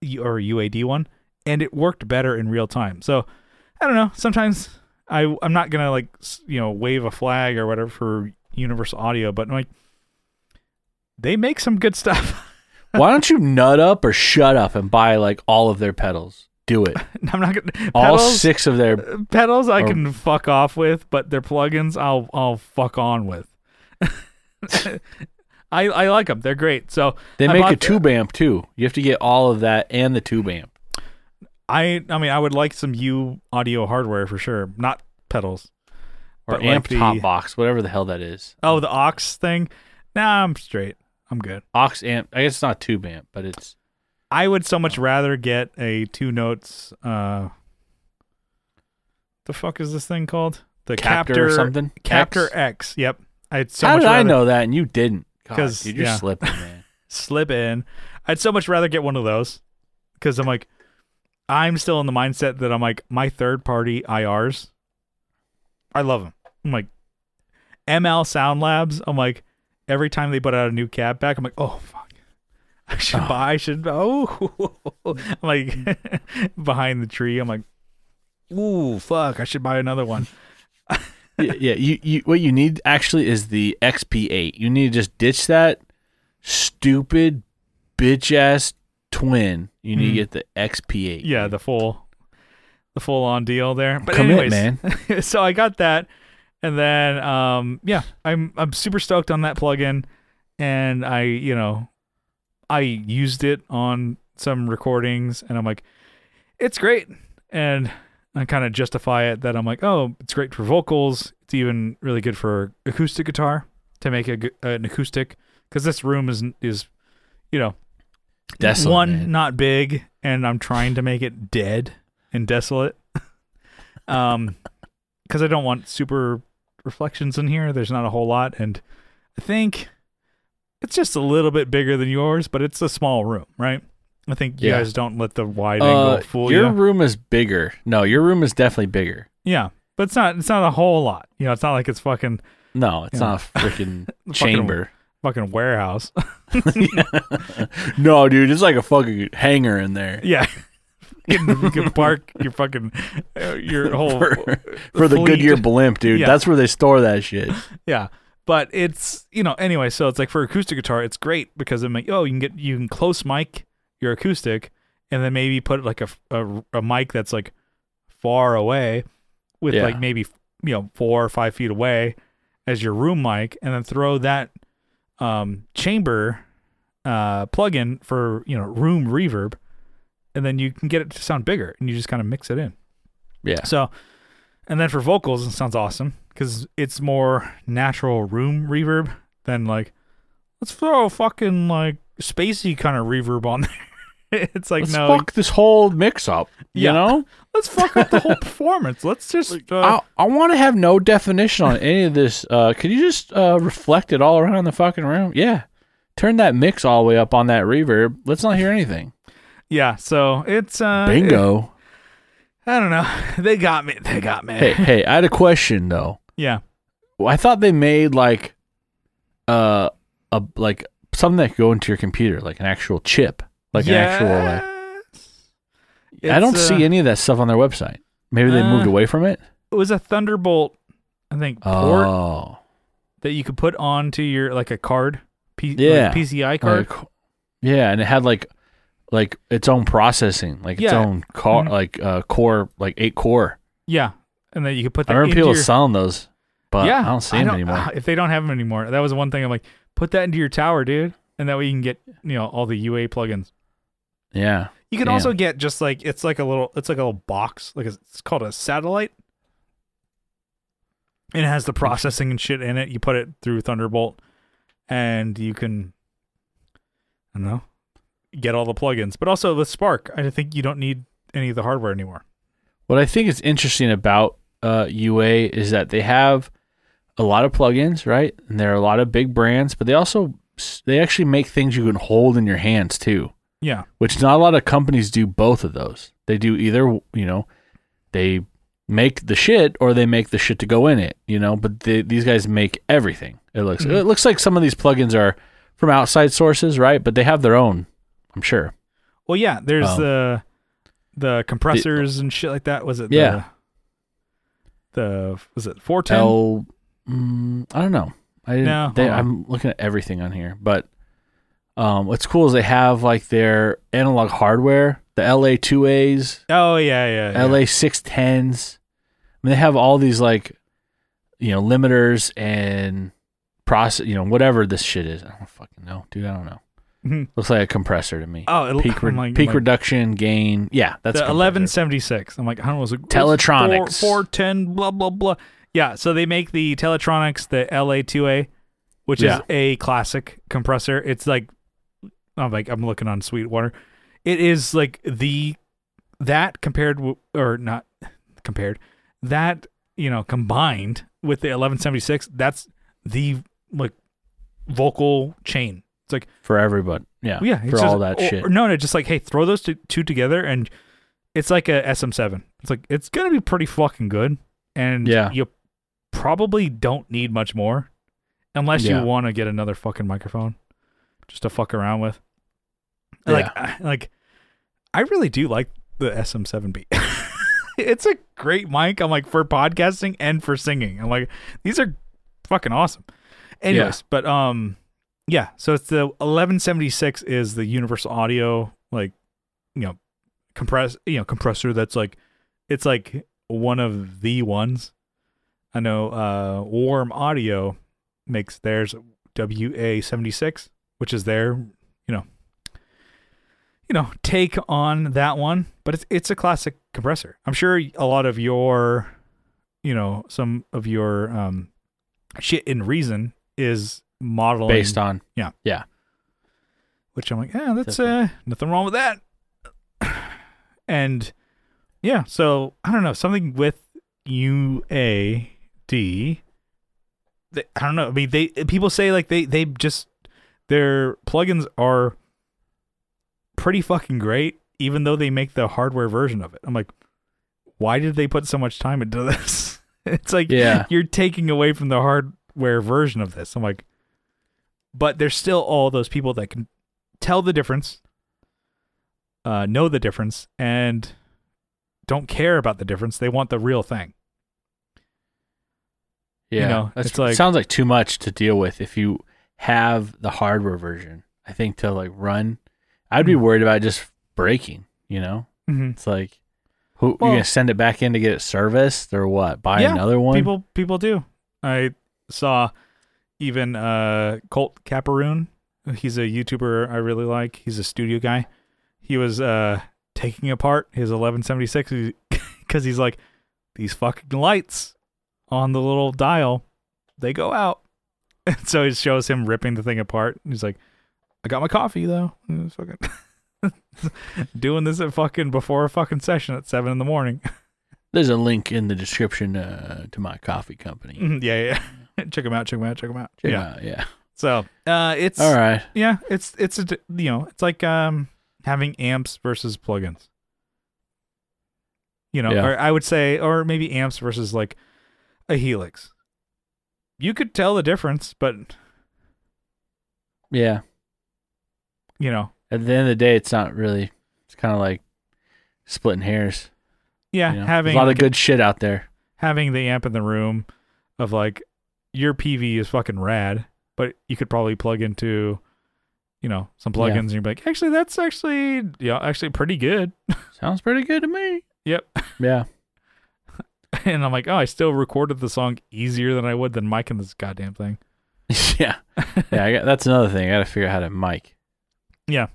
[SPEAKER 1] U- or UAD one, and it worked better in real time. So I don't know. Sometimes I I'm not gonna like s- you know wave a flag or whatever for Universal Audio, but like they make some good stuff.
[SPEAKER 2] Why don't you nut up or shut up and buy like all of their pedals? Do it.
[SPEAKER 1] I'm not gonna
[SPEAKER 2] All
[SPEAKER 1] pedals-
[SPEAKER 2] six of their
[SPEAKER 1] pedals I
[SPEAKER 2] Or-
[SPEAKER 1] can fuck off with, but their plugins I'll I'll fuck on with. I I like them. They're great. So
[SPEAKER 2] They
[SPEAKER 1] I
[SPEAKER 2] make
[SPEAKER 1] bought
[SPEAKER 2] a tube amp too. You have to get all of that and the tube amp.
[SPEAKER 1] I I mean I would like some U audio hardware for sure, not pedals
[SPEAKER 2] Or
[SPEAKER 1] But like
[SPEAKER 2] amp
[SPEAKER 1] the-
[SPEAKER 2] top box, whatever the hell that is.
[SPEAKER 1] Oh, the aux thing. Nah, I'm straight. I'm good.
[SPEAKER 2] Ox amp. I guess it's not tube amp, but it's
[SPEAKER 1] I would so much rather get a two notes. uh The fuck is this thing called? The
[SPEAKER 2] Captor or something?
[SPEAKER 1] Captor
[SPEAKER 2] X?
[SPEAKER 1] X. Yep. I'd so
[SPEAKER 2] how
[SPEAKER 1] much
[SPEAKER 2] did I
[SPEAKER 1] rather-
[SPEAKER 2] know that and you didn't?
[SPEAKER 1] 'Cause,
[SPEAKER 2] Because dude, you're
[SPEAKER 1] yeah.
[SPEAKER 2] slipping, man.
[SPEAKER 1] slip in. I'd so much rather get one of those because I'm like, I'm still in the mindset that I'm like, my third party IRs, I love them. I'm like, ML Sound Labs, I'm like, every time they put out a new cab back, I'm like, oh, fuck. I should buy, I should, oh, I'm like, behind the tree, I'm like, ooh, fuck, I should buy another one.
[SPEAKER 2] yeah, yeah, you, you what you need actually is the XP8. You need to just ditch that stupid bitch ass twin. You need to get the XP8.
[SPEAKER 1] Hmm. yeah, the full, the full on deal there. But
[SPEAKER 2] Commit,
[SPEAKER 1] anyways,
[SPEAKER 2] man.
[SPEAKER 1] so I got that, and then um, yeah, I'm I'm super stoked on that plugin, and I you know, I used it on some recordings, and I'm like, it's great, and I kind of justify it that I'm like, oh, it's great for vocals. It's even really good for acoustic guitar to make a, gu- an acoustic because this room is is, you know,
[SPEAKER 2] Desolate,
[SPEAKER 1] one
[SPEAKER 2] man.
[SPEAKER 1] not big and i'm trying to make it dead and desolate um because i don't want super reflections in here there's not a whole lot and i think it's just a little bit bigger than yours but it's a small room right i think you
[SPEAKER 2] Yeah.
[SPEAKER 1] guys don't let the wide
[SPEAKER 2] Uh,
[SPEAKER 1] angle fool
[SPEAKER 2] your
[SPEAKER 1] you
[SPEAKER 2] room is bigger. No, your room is definitely bigger.
[SPEAKER 1] yeah but it's not it's not a whole lot you know it's not like it's fucking
[SPEAKER 2] No, it's
[SPEAKER 1] Yeah.
[SPEAKER 2] not a freaking chamber.
[SPEAKER 1] fucking warehouse
[SPEAKER 2] No, dude, it's like a fucking hanger in there
[SPEAKER 1] yeah you can, you can park your fucking uh, your whole
[SPEAKER 2] for, for the
[SPEAKER 1] fleet.
[SPEAKER 2] Goodyear blimp, dude.
[SPEAKER 1] Yeah.
[SPEAKER 2] That's where they store that shit.
[SPEAKER 1] Yeah. But it's you know, anyway, so it's like for acoustic guitar, it's great because it make oh, you can get you can close mic your acoustic and then maybe put like a a, a mic that's like far away with
[SPEAKER 2] Yeah.
[SPEAKER 1] like maybe you know, four or five feet away as your room mic and then throw that um chamber uh plug-in for, you know, room reverb and then you can get it to sound bigger and you just kind of mix it in.
[SPEAKER 2] Yeah.
[SPEAKER 1] So, and then for vocals, it sounds awesome because it's more natural room reverb than like, let's throw a fucking like spacey kind of reverb on there. it's like,
[SPEAKER 2] Let's
[SPEAKER 1] no,
[SPEAKER 2] fuck this whole mix up. You
[SPEAKER 1] Yeah.
[SPEAKER 2] know?
[SPEAKER 1] let's fuck up the whole performance. Let's just, uh,
[SPEAKER 2] I, I want to have no definition on any of this. Uh, could you just uh, reflect it all around the fucking room? Yeah. Turn that mix all the way up on that reverb. Let's not hear anything.
[SPEAKER 1] yeah, so it's uh
[SPEAKER 2] Bingo.
[SPEAKER 1] I don't know. They got me. They got me.
[SPEAKER 2] hey, hey, I had a question though.
[SPEAKER 1] Yeah.
[SPEAKER 2] Well, I thought they made like uh a like something that could go into your computer, like an actual chip, like an actual like I don't see any of that stuff on their website. Maybe they moved
[SPEAKER 1] Uh, away
[SPEAKER 2] away from it.
[SPEAKER 1] uh, It was a Thunderbolt, I think, port
[SPEAKER 2] Oh,
[SPEAKER 1] that you could put onto your like a card, P-
[SPEAKER 2] Yeah.
[SPEAKER 1] like PCI card.
[SPEAKER 2] Like, yeah, and it had like like its own processing, like its
[SPEAKER 1] Yeah.
[SPEAKER 2] own car,
[SPEAKER 1] Mhm.
[SPEAKER 2] like uh, core, like eight core.
[SPEAKER 1] yeah, and then you could put
[SPEAKER 2] I
[SPEAKER 1] that.
[SPEAKER 2] remember
[SPEAKER 1] into
[SPEAKER 2] people
[SPEAKER 1] your,
[SPEAKER 2] selling those, but
[SPEAKER 1] yeah,
[SPEAKER 2] I don't see them anymore.
[SPEAKER 1] uh, If they don't have them anymore, that was one thing. I'm like, put that into your tower, dude, and that way you can get you know all the UA plugins.
[SPEAKER 2] yeah,
[SPEAKER 1] You can
[SPEAKER 2] Damn.
[SPEAKER 1] also get just like it's like a little it's like a little box like it's called a satellite. It has the processing and shit in it. You put it through Thunderbolt, and you can, I don't know, get all the plugins. But also with Spark, I think you don't need any of the hardware anymore.
[SPEAKER 2] what I think is interesting about uh, UA is that they have a lot of plugins, right? And there are a lot of big brands, but they also s- they actually make things you can hold in your hands too.
[SPEAKER 1] Yeah,
[SPEAKER 2] which not a lot of companies do both of those. They do either, you know, they make the shit or they make the shit to go in it, you know, but they, these guys make everything. It looks
[SPEAKER 1] Mhm.
[SPEAKER 2] it looks like some of these plugins are from outside sources, right? But they have their own, I'm sure.
[SPEAKER 1] well, yeah. There's
[SPEAKER 2] Um,
[SPEAKER 1] the the compressors and shit like that. Was it?
[SPEAKER 2] Yeah.
[SPEAKER 1] The, the was it four ten?
[SPEAKER 2] L mm, I don't know. I didn't,
[SPEAKER 1] No,
[SPEAKER 2] they,
[SPEAKER 1] hold on.
[SPEAKER 2] I'm looking at everything on here, but um, what's cool is they have like their analog hardware, the LA2As,
[SPEAKER 1] Oh yeah, yeah. yeah.
[SPEAKER 2] LA six tens. I mean, they have all these like, you know, limiters and process. You know, whatever this shit is. I don't fucking know, dude. I don't know.
[SPEAKER 1] Mhm.
[SPEAKER 2] Looks like a compressor to me.
[SPEAKER 1] Oh, it,
[SPEAKER 2] peak re-
[SPEAKER 1] I'm like-
[SPEAKER 2] peak
[SPEAKER 1] like-
[SPEAKER 2] reduction gain. Yeah, that's
[SPEAKER 1] the
[SPEAKER 2] a compressor.
[SPEAKER 1] eleven seventy six. I'm like, I don't know, was it
[SPEAKER 2] Teletronics.
[SPEAKER 1] four ten, blah blah blah. Yeah, so they make the Teletronics, the LA two A, which
[SPEAKER 2] Yeah.
[SPEAKER 1] is a classic compressor. It's like, I'm like, I'm looking on Sweetwater. It is like the that compared w- or not compared that you know combined with the eleven seventy six. That's the like vocal chain. It's like
[SPEAKER 2] for everybody. Yeah,
[SPEAKER 1] yeah,
[SPEAKER 2] for
[SPEAKER 1] it's just-
[SPEAKER 2] all that
[SPEAKER 1] or-
[SPEAKER 2] shit.
[SPEAKER 1] No, no, just like hey, throw those two, two together, and it's like a SM7. It's like it's gonna be pretty fucking good, and
[SPEAKER 2] Yeah.
[SPEAKER 1] you probably don't need much more, unless
[SPEAKER 2] Yeah.
[SPEAKER 1] you want to get another fucking microphone, just to fuck around with.
[SPEAKER 2] Yeah.
[SPEAKER 1] Like, I- like, I really do like the SM7B. it's a great mic. I'm like for podcasting and for singing. I'm like these are fucking awesome. Anyways, but um, yeah. So it's the 1176 is the Universal Audio like you know compress you know compressor that's like it's like one of the ones. I know uh Warm Audio makes theirs WA76, which is their you know you know take on that one, but it's it's a classic compressor. I'm sure a lot of your you know some of your um shit in Reason is modeling
[SPEAKER 2] Based on
[SPEAKER 1] which I'm like, yeah, that's uh,
[SPEAKER 2] Definitely.
[SPEAKER 1] nothing wrong with that. and yeah, so I don't know, something with UAD. They, I don't know. I mean, they people say like they they just their plugins are pretty fucking great, even though they make the hardware version of it. I'm like, why did they put so much time into this? it's like
[SPEAKER 2] Yeah.
[SPEAKER 1] you're taking away from the hardware version of this. I'm like, but there's still all those people that can tell the difference, uh, know the difference, and don't care about the difference. They want the real thing.
[SPEAKER 2] yeah.
[SPEAKER 1] know,
[SPEAKER 2] that's,
[SPEAKER 1] it's like-
[SPEAKER 2] sounds like too much to deal with if you have the hardware version. I think to like run, I'd be
[SPEAKER 1] Mm.
[SPEAKER 2] worried about just breaking. You know,
[SPEAKER 1] Mm-hmm.
[SPEAKER 2] It's like, who
[SPEAKER 1] Well-
[SPEAKER 2] you gonna send it back in to get it serviced or what? Buy
[SPEAKER 1] Yeah,
[SPEAKER 2] another one?
[SPEAKER 1] People people do. I saw even uh, Colt Caparoon. He's a YouTuber I really like. He's a studio guy. He was uh, taking apart his 1176 because he's like, these fucking lights on the little dial, they go out. And so it shows him ripping the thing apart. And He's like, I got my coffee though. And it's fucking doing this at fucking before a fucking session at seven in the morning.
[SPEAKER 2] There's a link in the description uh, to my coffee company.
[SPEAKER 1] Mhm, yeah, yeah. check them out. Check them out. Check them out.
[SPEAKER 2] Check it
[SPEAKER 1] yeah.
[SPEAKER 2] out, yeah.
[SPEAKER 1] So uh, it's
[SPEAKER 2] All right.
[SPEAKER 1] yeah, it's it's a d- you know it's like um having amps versus plugins. You know,
[SPEAKER 2] Yeah.
[SPEAKER 1] or I would say, or maybe amps versus like a Helix. You could tell the difference, but
[SPEAKER 2] Yeah.
[SPEAKER 1] you know,
[SPEAKER 2] At the end of the day, it's not really. It's kind of like splitting hairs.
[SPEAKER 1] yeah,
[SPEAKER 2] you know?
[SPEAKER 1] having
[SPEAKER 2] There's a lot of good shit out there.
[SPEAKER 1] having the amp in the room of like your PV is fucking rad, but you could probably plug into, you know, some plugins
[SPEAKER 2] Yeah.
[SPEAKER 1] and you'd be like, actually, that's actually yeah, actually pretty good.
[SPEAKER 2] Sounds pretty good to me.
[SPEAKER 1] Yep.
[SPEAKER 2] Yeah.
[SPEAKER 1] And I'm like, oh, I still recorded the song easier than I would than mic in this goddamn thing.
[SPEAKER 2] yeah. Yeah. I got, that's another thing. I got to figure out how to mic.
[SPEAKER 1] You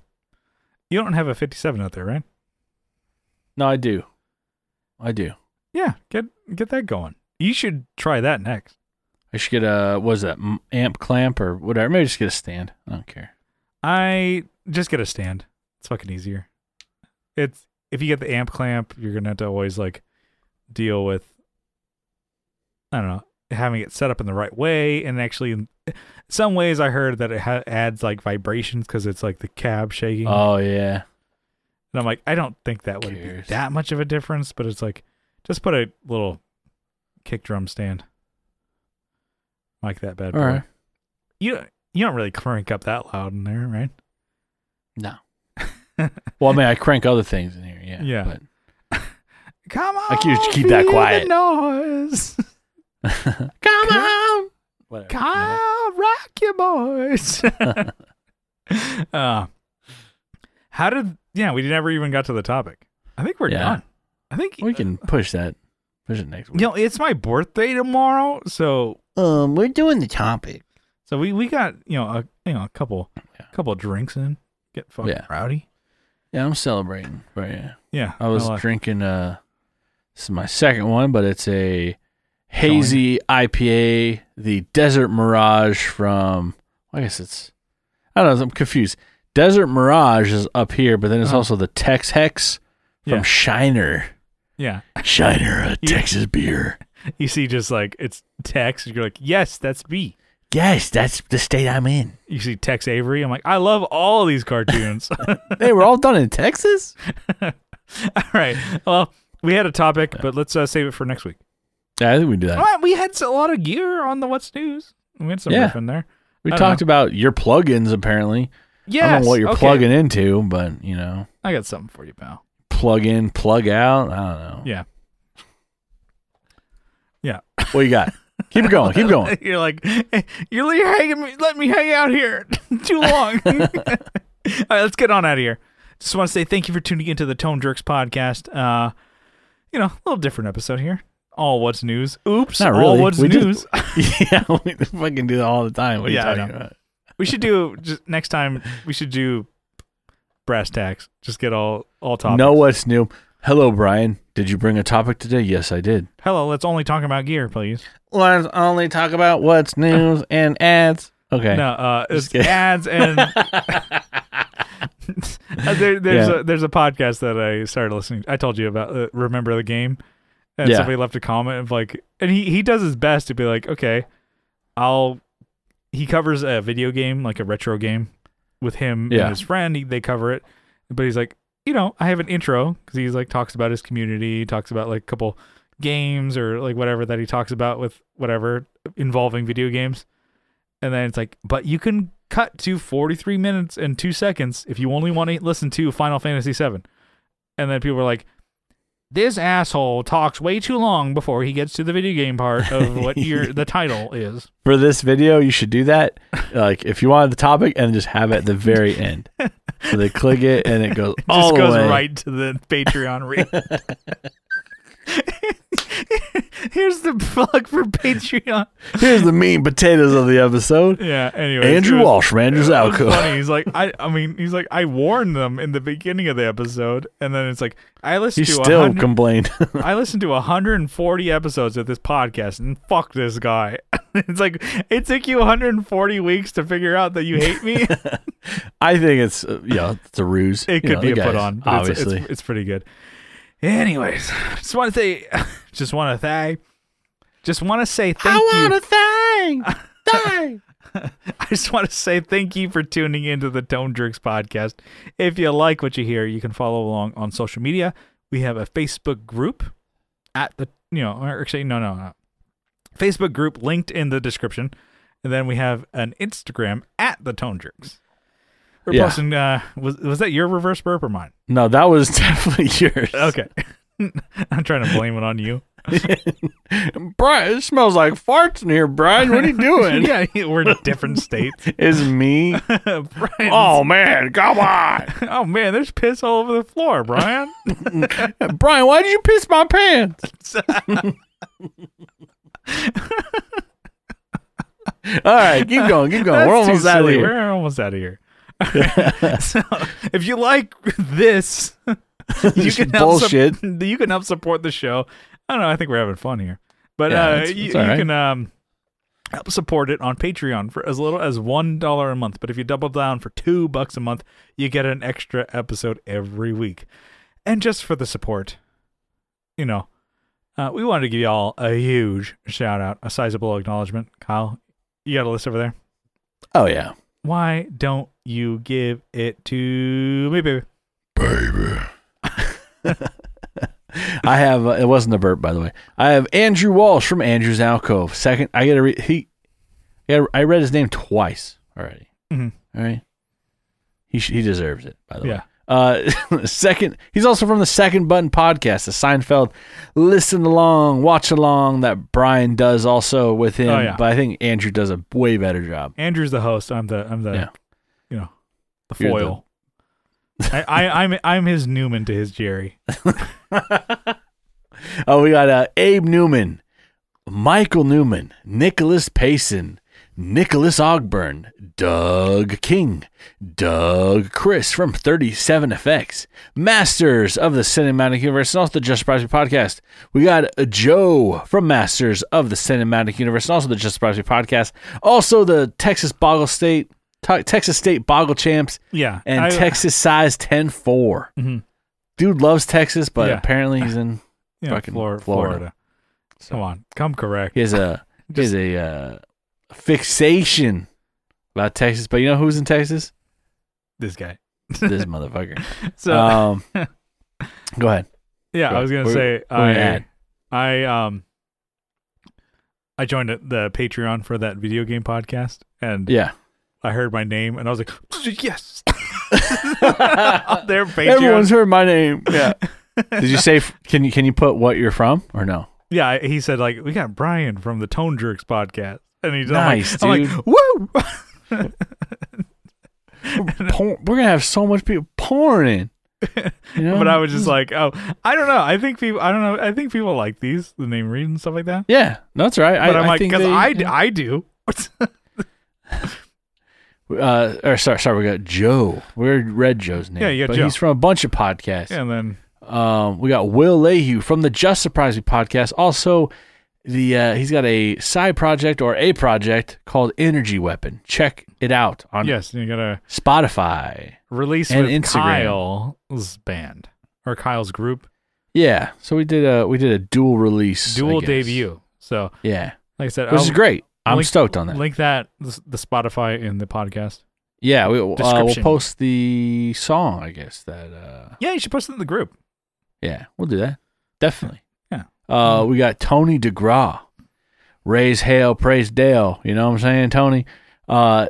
[SPEAKER 1] don't have a 57 out there, right?
[SPEAKER 2] No, I do. I do.
[SPEAKER 1] Yeah, get get that going. You should try that next.
[SPEAKER 2] I should get a what is that m- amp clamp or whatever. Maybe just get a stand. I don't care.
[SPEAKER 1] I just get a stand. It's fucking easier. It's if you get the amp clamp, you're gonna have to always like deal with I don't know having it set up in the right way and actually in some ways I heard that it ha- adds like vibrations because it's like the cab shaking
[SPEAKER 2] Oh yeah.
[SPEAKER 1] and I'm like I don't think that would be
[SPEAKER 2] Cares.
[SPEAKER 1] that much of a difference but it's like just put a little kick drum stand like that bad boy
[SPEAKER 2] All right.
[SPEAKER 1] you you don't really crank up that loud in there right
[SPEAKER 2] No. well, I mean, I crank other things in here. Yeah.
[SPEAKER 1] Yeah. Come on.
[SPEAKER 2] I can just keep that
[SPEAKER 1] feel the
[SPEAKER 2] quiet.
[SPEAKER 1] noise.
[SPEAKER 2] But come on. Whatever.
[SPEAKER 1] Come on, rock your boys. uh, how did, yeah, we never even got to the topic. I think we're
[SPEAKER 2] Yeah.
[SPEAKER 1] done. I think,
[SPEAKER 2] We can push that. Push it next
[SPEAKER 1] you
[SPEAKER 2] week.
[SPEAKER 1] know, it's my birthday tomorrow. So,
[SPEAKER 2] Um, we're doing the topic.
[SPEAKER 1] so we, we got, you know, a, you know, a couple,
[SPEAKER 2] Yeah.
[SPEAKER 1] couple drinks in, get fucking
[SPEAKER 2] Yeah.
[SPEAKER 1] rowdy.
[SPEAKER 2] Yeah, I'm celebrating. But yeah,
[SPEAKER 1] Yeah.
[SPEAKER 2] I was
[SPEAKER 1] Well, uh,
[SPEAKER 2] drinking. Uh, this is my second one, but it's a hazy IPA, the Desert Mirage from. I guess it's. I don't know. I'm confused. Desert Mirage is up here, but then it's
[SPEAKER 1] Uh-huh.
[SPEAKER 2] also the Tex Hex from
[SPEAKER 1] Yeah.
[SPEAKER 2] Shiner.
[SPEAKER 1] yeah.
[SPEAKER 2] Shiner, a
[SPEAKER 1] Yeah.
[SPEAKER 2] Texas beer.
[SPEAKER 1] You see, just like it's Tex, and you're like, yes, that's B.
[SPEAKER 2] Yes, that's the state I'm in.
[SPEAKER 1] You see Tex Avery. I'm like, I love all these cartoons.
[SPEAKER 2] They were all done in Texas.
[SPEAKER 1] All right. Well, we had a topic, but let's uh, save it for next week.
[SPEAKER 2] Yeah, I think we do that.
[SPEAKER 1] All right, we had a lot of gear on the What's News. We had some
[SPEAKER 2] Yeah.
[SPEAKER 1] riff in there.
[SPEAKER 2] We
[SPEAKER 1] I don't
[SPEAKER 2] talked about your plugins. Apparently,
[SPEAKER 1] Yes.
[SPEAKER 2] I don't know what you're
[SPEAKER 1] okay.
[SPEAKER 2] plugging into, but you know.
[SPEAKER 1] I got something for you, pal.
[SPEAKER 2] plug in, plug out. I don't know.
[SPEAKER 1] Yeah. Yeah.
[SPEAKER 2] What you got? keep it going. Keep going.
[SPEAKER 1] You're like, "Hey, you're you're hanging me. Let me hang out here too long. All right, let's get on out of here. Just want to say thank you for tuning into the Tone Jerks podcast. Uh, you know, a little different episode here. All what's news. Oops.
[SPEAKER 2] Not
[SPEAKER 1] All
[SPEAKER 2] really.
[SPEAKER 1] what's
[SPEAKER 2] We just-
[SPEAKER 1] news.
[SPEAKER 2] yeah, we fucking do that all the time. What are
[SPEAKER 1] Yeah, I
[SPEAKER 2] you talking
[SPEAKER 1] know.
[SPEAKER 2] about?
[SPEAKER 1] We should do just next time. We should do brass tacks. Just get all all topics.
[SPEAKER 2] Know what's new? Hello, Brian. Did you bring a topic today? Yes, I did.
[SPEAKER 1] Hello, let's only talk about gear, please.
[SPEAKER 2] Let's only talk about what's news and ads. Okay.
[SPEAKER 1] No, uh, it's
[SPEAKER 2] kidding.
[SPEAKER 1] ads and Uh, there, there's
[SPEAKER 2] Yeah.
[SPEAKER 1] a there's a podcast that I started listening. I told you about. Uh, Remember the game? And
[SPEAKER 2] Yeah.
[SPEAKER 1] somebody left a comment of like, and he he does his best to be like, okay, I'll. He covers a video game, like a retro game, with him
[SPEAKER 2] Yeah.
[SPEAKER 1] and his friend. He, they cover it, but he's like, you know, I have an intro because he's like talks about his community, talks about like a couple games or like whatever that he talks about with whatever involving video games. And then it's like, but you can cut to 43 minutes and two seconds if you only want to listen to Final Fantasy VII. And then people are like, this asshole talks way too long before he gets to the video game part of what your the title is.
[SPEAKER 2] For this video, you should do that. Like, if you wanted the topic, and just have it at the very end. So they click it, and it goes
[SPEAKER 1] It
[SPEAKER 2] all
[SPEAKER 1] just
[SPEAKER 2] the
[SPEAKER 1] goes
[SPEAKER 2] way.
[SPEAKER 1] right to the Patreon reel. Here's the plug for Patreon.
[SPEAKER 2] Here's the meat and potatoes of the episode.
[SPEAKER 1] Yeah. Anyway,
[SPEAKER 2] Andrew Walsh from Andrew's
[SPEAKER 1] It was
[SPEAKER 2] Alco.
[SPEAKER 1] funny. He's like, I, I mean, he's like, I warned them in the beginning of the episode, and then it's like, I
[SPEAKER 2] You
[SPEAKER 1] listened to
[SPEAKER 2] still
[SPEAKER 1] 100
[SPEAKER 2] complained.
[SPEAKER 1] I listened to 140 episodes of this podcast, and fuck this guy. it's like it took you 140 weeks to figure out that you hate me.
[SPEAKER 2] I think it's uh, yeah, it's a ruse.
[SPEAKER 1] It
[SPEAKER 2] You
[SPEAKER 1] could
[SPEAKER 2] know,
[SPEAKER 1] be
[SPEAKER 2] the
[SPEAKER 1] a put
[SPEAKER 2] guys,
[SPEAKER 1] on. but it's-
[SPEAKER 2] obviously.
[SPEAKER 1] it's, it's, pretty good. Anyways, just want to say, just want to thank, just want to say thank you.
[SPEAKER 2] to thank, thank
[SPEAKER 1] I just want to say thank you for tuning into the Tone Jerks podcast. If you like what you hear, you can follow along on social media. We have a Facebook group at the you know or actually no no no Facebook group linked in the description, and then we have an Instagram at the Tone Jerks. We're
[SPEAKER 2] Yeah.
[SPEAKER 1] posting. Uh, was was that your reverse burp or mine?
[SPEAKER 2] No, that was definitely yours.
[SPEAKER 1] Okay, I'm trying to blame it on you.
[SPEAKER 2] Brian, it smells like farts in here, Brian. What are you doing?
[SPEAKER 1] yeah, we're in different states.
[SPEAKER 2] Is me?
[SPEAKER 1] Brian's-
[SPEAKER 2] Oh man, come on,
[SPEAKER 1] oh man, there's piss all over the floor, Brian.
[SPEAKER 2] Brian. Why did you piss my pants? All right, keep going, keep going. We're
[SPEAKER 1] That's too
[SPEAKER 2] almost out of
[SPEAKER 1] silly.
[SPEAKER 2] here.
[SPEAKER 1] We're almost out of here. so, if you like this, you
[SPEAKER 2] This
[SPEAKER 1] can help sup-
[SPEAKER 2] bullshit.
[SPEAKER 1] you can help support the show. I don't know. I think we're having fun here, but
[SPEAKER 2] Yeah,
[SPEAKER 1] uh,
[SPEAKER 2] it's-
[SPEAKER 1] you,
[SPEAKER 2] it's all
[SPEAKER 1] you
[SPEAKER 2] right.
[SPEAKER 1] can um, help support it on Patreon for as little as one dollar a month. But if you double down for two bucks a month, you get an extra episode every week. And just for the support, you know, uh, we wanted to give y'all a huge shout out, a sizable acknowledgement. Kyle, you got a list over there
[SPEAKER 2] Oh yeah,
[SPEAKER 1] why don't you give it to me, baby?
[SPEAKER 2] I have. Uh, it wasn't a burp, by the way. I have Andrew Walsh from Andrew's Alcove. Second, I gotta read. He, yeah, I read his name twice already.
[SPEAKER 1] Mhm.
[SPEAKER 2] All right, he sh- he deserves it. By the way.
[SPEAKER 1] Yeah.
[SPEAKER 2] Uh, second, he's also from the Second Button podcast, the Seinfeld listen along, watch along that Brian does also with him.
[SPEAKER 1] Oh, yeah.
[SPEAKER 2] But I think Andrew does a way better job.
[SPEAKER 1] Andrew's the host. I'm the I'm the
[SPEAKER 2] Yeah.
[SPEAKER 1] you know the
[SPEAKER 2] You're the-
[SPEAKER 1] foil. I, I I'm I'm his Newman to his Jerry.
[SPEAKER 2] Oh, we got uh, Abe Newman, Michael Newman, Nicholas Payson, Nicholas Ogburn, Doug King, Doug Chris from 37 Effects, Masters of the Cinematic Universe, and also the Just Surprise Me podcast. We got uh, Joe from Masters of the Cinematic Universe, and also the Just Surprise Me podcast. Also, the Texas Boggle State, Te- Texas State Boggle Champs,
[SPEAKER 1] Yeah,
[SPEAKER 2] and
[SPEAKER 1] I-
[SPEAKER 2] Texas Size 10 4.
[SPEAKER 1] Mhm.
[SPEAKER 2] Dude loves Texas, but
[SPEAKER 1] Yeah.
[SPEAKER 2] apparently he's in.
[SPEAKER 1] you know,
[SPEAKER 2] fucking
[SPEAKER 1] Flor- Florida.
[SPEAKER 2] Florida.
[SPEAKER 1] Come on, come correct.
[SPEAKER 2] He has a he has a uh, fixation about Texas, but you know who's in Texas?
[SPEAKER 1] This guy.
[SPEAKER 2] This motherfucker.
[SPEAKER 1] So
[SPEAKER 2] um, go ahead.
[SPEAKER 1] yeah, I was gonna
[SPEAKER 2] we're-
[SPEAKER 1] say
[SPEAKER 2] we're gonna
[SPEAKER 1] I
[SPEAKER 2] add.
[SPEAKER 1] I um I joined the Patreon for that video game podcast, and
[SPEAKER 2] Yeah,
[SPEAKER 1] I heard my name, and I was like, yes. Their Patreon.
[SPEAKER 2] everyone's heard my name. Yeah. Did you say? f- Can you can you put what you're from or no?
[SPEAKER 1] Yeah, I- he said like we got Brian from the Tone Jerks podcast, and he's
[SPEAKER 2] Nice,
[SPEAKER 1] I'm like,
[SPEAKER 2] dude.
[SPEAKER 1] I'm like,
[SPEAKER 2] Porn, we're gonna have so much people pouring. You know?
[SPEAKER 1] woo! But I was just like, oh, I don't know. I think people, I don't know. I think people like these the name read and stuff like that.
[SPEAKER 2] yeah, no, that's all right.
[SPEAKER 1] But
[SPEAKER 2] I,
[SPEAKER 1] I, am like,
[SPEAKER 2] think
[SPEAKER 1] because
[SPEAKER 2] they-
[SPEAKER 1] I, d- I do.
[SPEAKER 2] uh, or sorry, sorry, we got Joe. We read Joe's name.
[SPEAKER 1] Yeah, you got
[SPEAKER 2] but
[SPEAKER 1] Joe.
[SPEAKER 2] He's from a bunch of podcasts.
[SPEAKER 1] and then
[SPEAKER 2] Um, we got Will Lehue from the Just Surprise Me podcast. Also, the uh, he's got a side project or a project called Energy Weapon. Check it out on
[SPEAKER 1] yes, you got a
[SPEAKER 2] Spotify.
[SPEAKER 1] release
[SPEAKER 2] And
[SPEAKER 1] with
[SPEAKER 2] Instagram.
[SPEAKER 1] Kyle's band or Kyle's group
[SPEAKER 2] Yeah, so we did a we did a dual release, I
[SPEAKER 1] dual
[SPEAKER 2] guess.
[SPEAKER 1] debut. So
[SPEAKER 2] Yeah,
[SPEAKER 1] like I said,
[SPEAKER 2] which is
[SPEAKER 1] I'll
[SPEAKER 2] great. I'm
[SPEAKER 1] link-
[SPEAKER 2] stoked on that.
[SPEAKER 1] Link that the, the Spotify in the podcast.
[SPEAKER 2] yeah, we, uh, we'll
[SPEAKER 1] Description.
[SPEAKER 2] post the song. I guess that. Uh,
[SPEAKER 1] Yeah, you should post it in the group.
[SPEAKER 2] Yeah, we'll do that. Definitely.
[SPEAKER 1] Yeah.
[SPEAKER 2] Uh, we got Tony DeGraw. Raise hail, praise Dale. You know what I'm saying, Tony? Uh,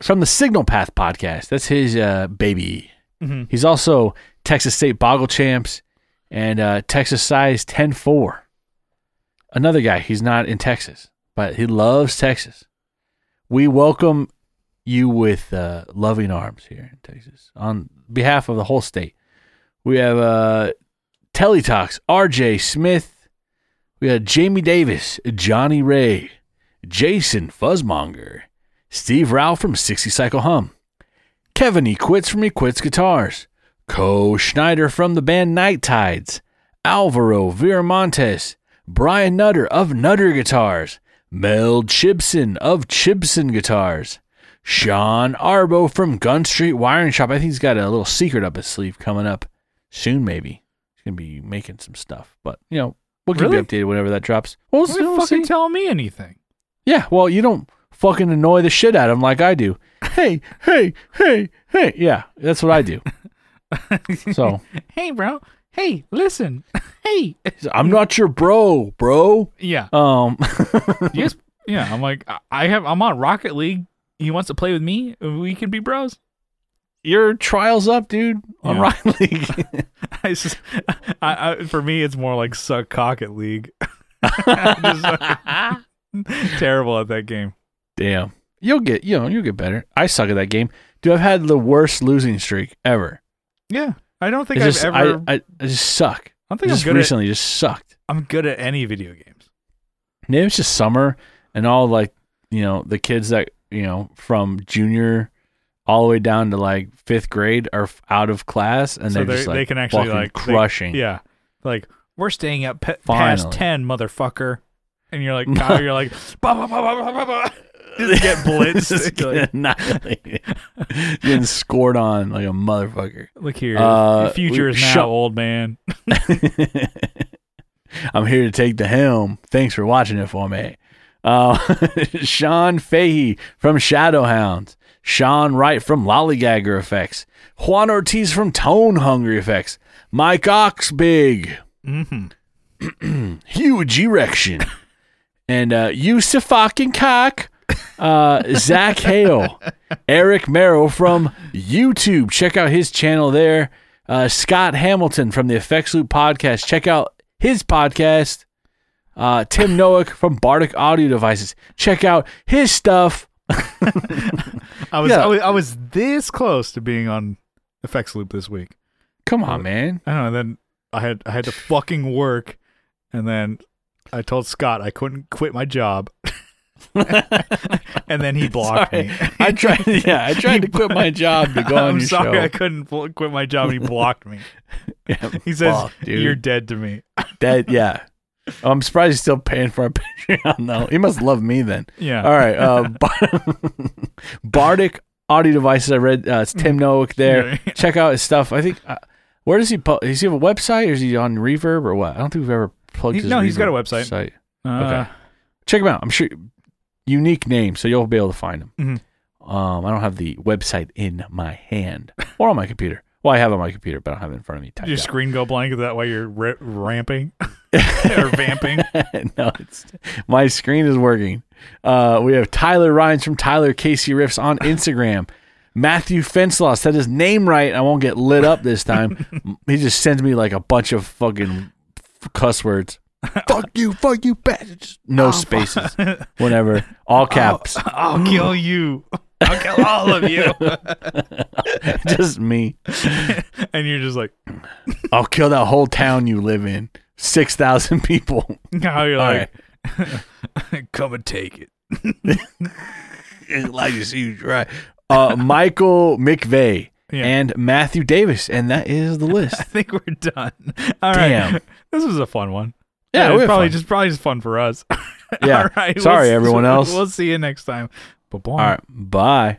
[SPEAKER 2] from the Signal Path podcast. That's his uh, baby.
[SPEAKER 1] Mhm.
[SPEAKER 2] He's also Texas State Boggle Champs and uh, Texas Size 10 4. Another guy. He's not in Texas, but he loves Texas. We welcome you with uh, loving arms here in Texas on behalf of the whole state. We have uh, Teletalks, RJ Smith. We got Jamie Davis, Johnny Ray, Jason Fuzzmonger, Steve Rao from 60 Cycle Hum, Kevin E. Quits from E. Quits Guitars, Co Schneider from the band Night Tides, Alvaro Viramontes, Brian Nutter of Nutter Guitars, Mel Chibson of Chibson Guitars, Sean Arbo from Gun Street Wiring Shop. I think he's got a little secret up his sleeve coming up soon, maybe. He's going to be making some stuff, but, you know, we'll keep
[SPEAKER 1] Really?
[SPEAKER 2] you updated whenever that drops. We'll,
[SPEAKER 1] Don't
[SPEAKER 2] we'll
[SPEAKER 1] fucking
[SPEAKER 2] see.
[SPEAKER 1] tell me anything.
[SPEAKER 2] yeah, well, you don't fucking annoy the shit out of them like I do. Hey, hey, hey, hey. Yeah, that's what I do. So
[SPEAKER 1] Hey, bro. Hey, listen. Hey.
[SPEAKER 2] I'm not your bro, bro.
[SPEAKER 1] Yeah.
[SPEAKER 2] Um,
[SPEAKER 1] Yes. Yeah. I'm like, I- I have. I'm on Rocket League. He wants to play with me. We can be bros.
[SPEAKER 2] your trials up, dude. On
[SPEAKER 1] Yeah.
[SPEAKER 2] Rocket League.
[SPEAKER 1] I just, I, I, for me, it's more like suck cock at league. I'm just terrible at that game.
[SPEAKER 2] Damn. You'll get you know you'll get better. I suck at that game, dude. I've had the worst losing streak ever.
[SPEAKER 1] Yeah, I don't think
[SPEAKER 2] It's
[SPEAKER 1] I've
[SPEAKER 2] just,
[SPEAKER 1] ever. I, don't
[SPEAKER 2] I, I, I just suck.
[SPEAKER 1] think I'm
[SPEAKER 2] just
[SPEAKER 1] good. At,
[SPEAKER 2] recently just sucked.
[SPEAKER 1] I'm good at any video games.
[SPEAKER 2] Maybe it's just summer and all like you know the kids that you know from junior all the way down to like fifth grade are f- out of class and
[SPEAKER 1] So
[SPEAKER 2] they're
[SPEAKER 1] they're-
[SPEAKER 2] just like
[SPEAKER 1] they can actually,
[SPEAKER 2] fucking
[SPEAKER 1] like, they-
[SPEAKER 2] crushing.
[SPEAKER 1] Yeah, like we're staying up pe- past
[SPEAKER 2] Finally.
[SPEAKER 1] ten, motherfucker. And you're like, Kyle, you're like, bah, bah, bah, bah, bah, bah, bah. Just get blitzed.
[SPEAKER 2] Just
[SPEAKER 1] You're
[SPEAKER 2] get
[SPEAKER 1] like,
[SPEAKER 2] annihilated. getting scored on like a motherfucker.
[SPEAKER 1] Look here,
[SPEAKER 2] Uh,
[SPEAKER 1] the future
[SPEAKER 2] we-
[SPEAKER 1] is now,
[SPEAKER 2] shut-
[SPEAKER 1] old man.
[SPEAKER 2] I'm here to take the helm. Thanks for watching it for me. Uh, Sean Fahey from Shadowhounds. Sean Wright from Lollygagger Effects. Juan Ortiz from Tone Hungry Effects. Mike Oxbig.
[SPEAKER 1] hmm
[SPEAKER 2] Huge Erection. And uh, Yusuf fucking cock. Uh, Zach Hale. Eric Merrill from YouTube. Check out his channel there. Uh, Scott Hamilton from the Effects Loop podcast. Check out his podcast. Uh, Tim Noack from Bardic Audio Devices. Check out his stuff.
[SPEAKER 1] I was,
[SPEAKER 2] Yeah.
[SPEAKER 1] I was I was this close to being on effects loop this week.
[SPEAKER 2] Come on, man.
[SPEAKER 1] I don't know. Then I had I had to fucking work, and then I told Scott I couldn't quit my job, and then he blocked
[SPEAKER 2] Sorry.
[SPEAKER 1] me.
[SPEAKER 2] I tried. Yeah, I tried to quit my job to go on
[SPEAKER 1] I'm
[SPEAKER 2] your
[SPEAKER 1] sorry I
[SPEAKER 2] show.
[SPEAKER 1] couldn't fl- quit my job. and He blocked me.
[SPEAKER 2] Yeah,
[SPEAKER 1] He says
[SPEAKER 2] fuck, dude.
[SPEAKER 1] you're dead to me.
[SPEAKER 2] That yeah. I'm surprised he's still paying for our Patreon though. He must love me then.
[SPEAKER 1] Yeah.
[SPEAKER 2] All right. Uh, Bard- Bardic audio devices. I read uh, it's Tim Noack there.
[SPEAKER 1] Mm. Yeah.
[SPEAKER 2] Check out his stuff. I think. Uh, where does he? Pu- does he have a website or is he on Reverb or what? I don't think we've ever plugged.
[SPEAKER 1] He-
[SPEAKER 2] his
[SPEAKER 1] no, he's got a
[SPEAKER 2] Reverb
[SPEAKER 1] website.
[SPEAKER 2] Site.
[SPEAKER 1] Uh,
[SPEAKER 2] Check him out. I'm sure unique name, so you'll be able to find him.
[SPEAKER 1] Mhm.
[SPEAKER 2] Um, I don't have the website in my hand or on my computer. Well, I have it on my computer, but I don't have it in front of me.
[SPEAKER 1] Did
[SPEAKER 2] typed
[SPEAKER 1] your
[SPEAKER 2] out.
[SPEAKER 1] screen go blank? Is that why you're ra- ramping or vamping?
[SPEAKER 2] no, it's my screen is working. Uh, we have Tyler Rhines from Tyler Casey Riffs on Instagram. Matthew Fenceloss said his name right. I won't get lit up this time. he just sends me like a bunch of fucking f- cuss words. fuck you, fuck you, bitch. No spaces. Whenever all caps,
[SPEAKER 1] Oh, I'll kill you. I'll kill all of you.
[SPEAKER 2] just me.
[SPEAKER 1] and you're just like,
[SPEAKER 2] I'll kill that whole town you live in. Six thousand people.
[SPEAKER 1] now you're
[SPEAKER 2] All
[SPEAKER 1] like, come and take it.
[SPEAKER 2] like is huge, right? Uh, Michael McVeigh
[SPEAKER 1] Yeah.
[SPEAKER 2] and Matthew Davis, and that is the list.
[SPEAKER 1] I think we're done. All right,
[SPEAKER 2] Damn.
[SPEAKER 1] This was a fun one.
[SPEAKER 2] Yeah, we
[SPEAKER 1] it's
[SPEAKER 2] had
[SPEAKER 1] probably
[SPEAKER 2] fun.
[SPEAKER 1] just probably just fun for us.
[SPEAKER 2] Yeah.
[SPEAKER 1] All right.
[SPEAKER 2] Sorry,
[SPEAKER 1] we'll-
[SPEAKER 2] everyone else.
[SPEAKER 1] We'll see you next time. Bye-bye.
[SPEAKER 2] All right, bye.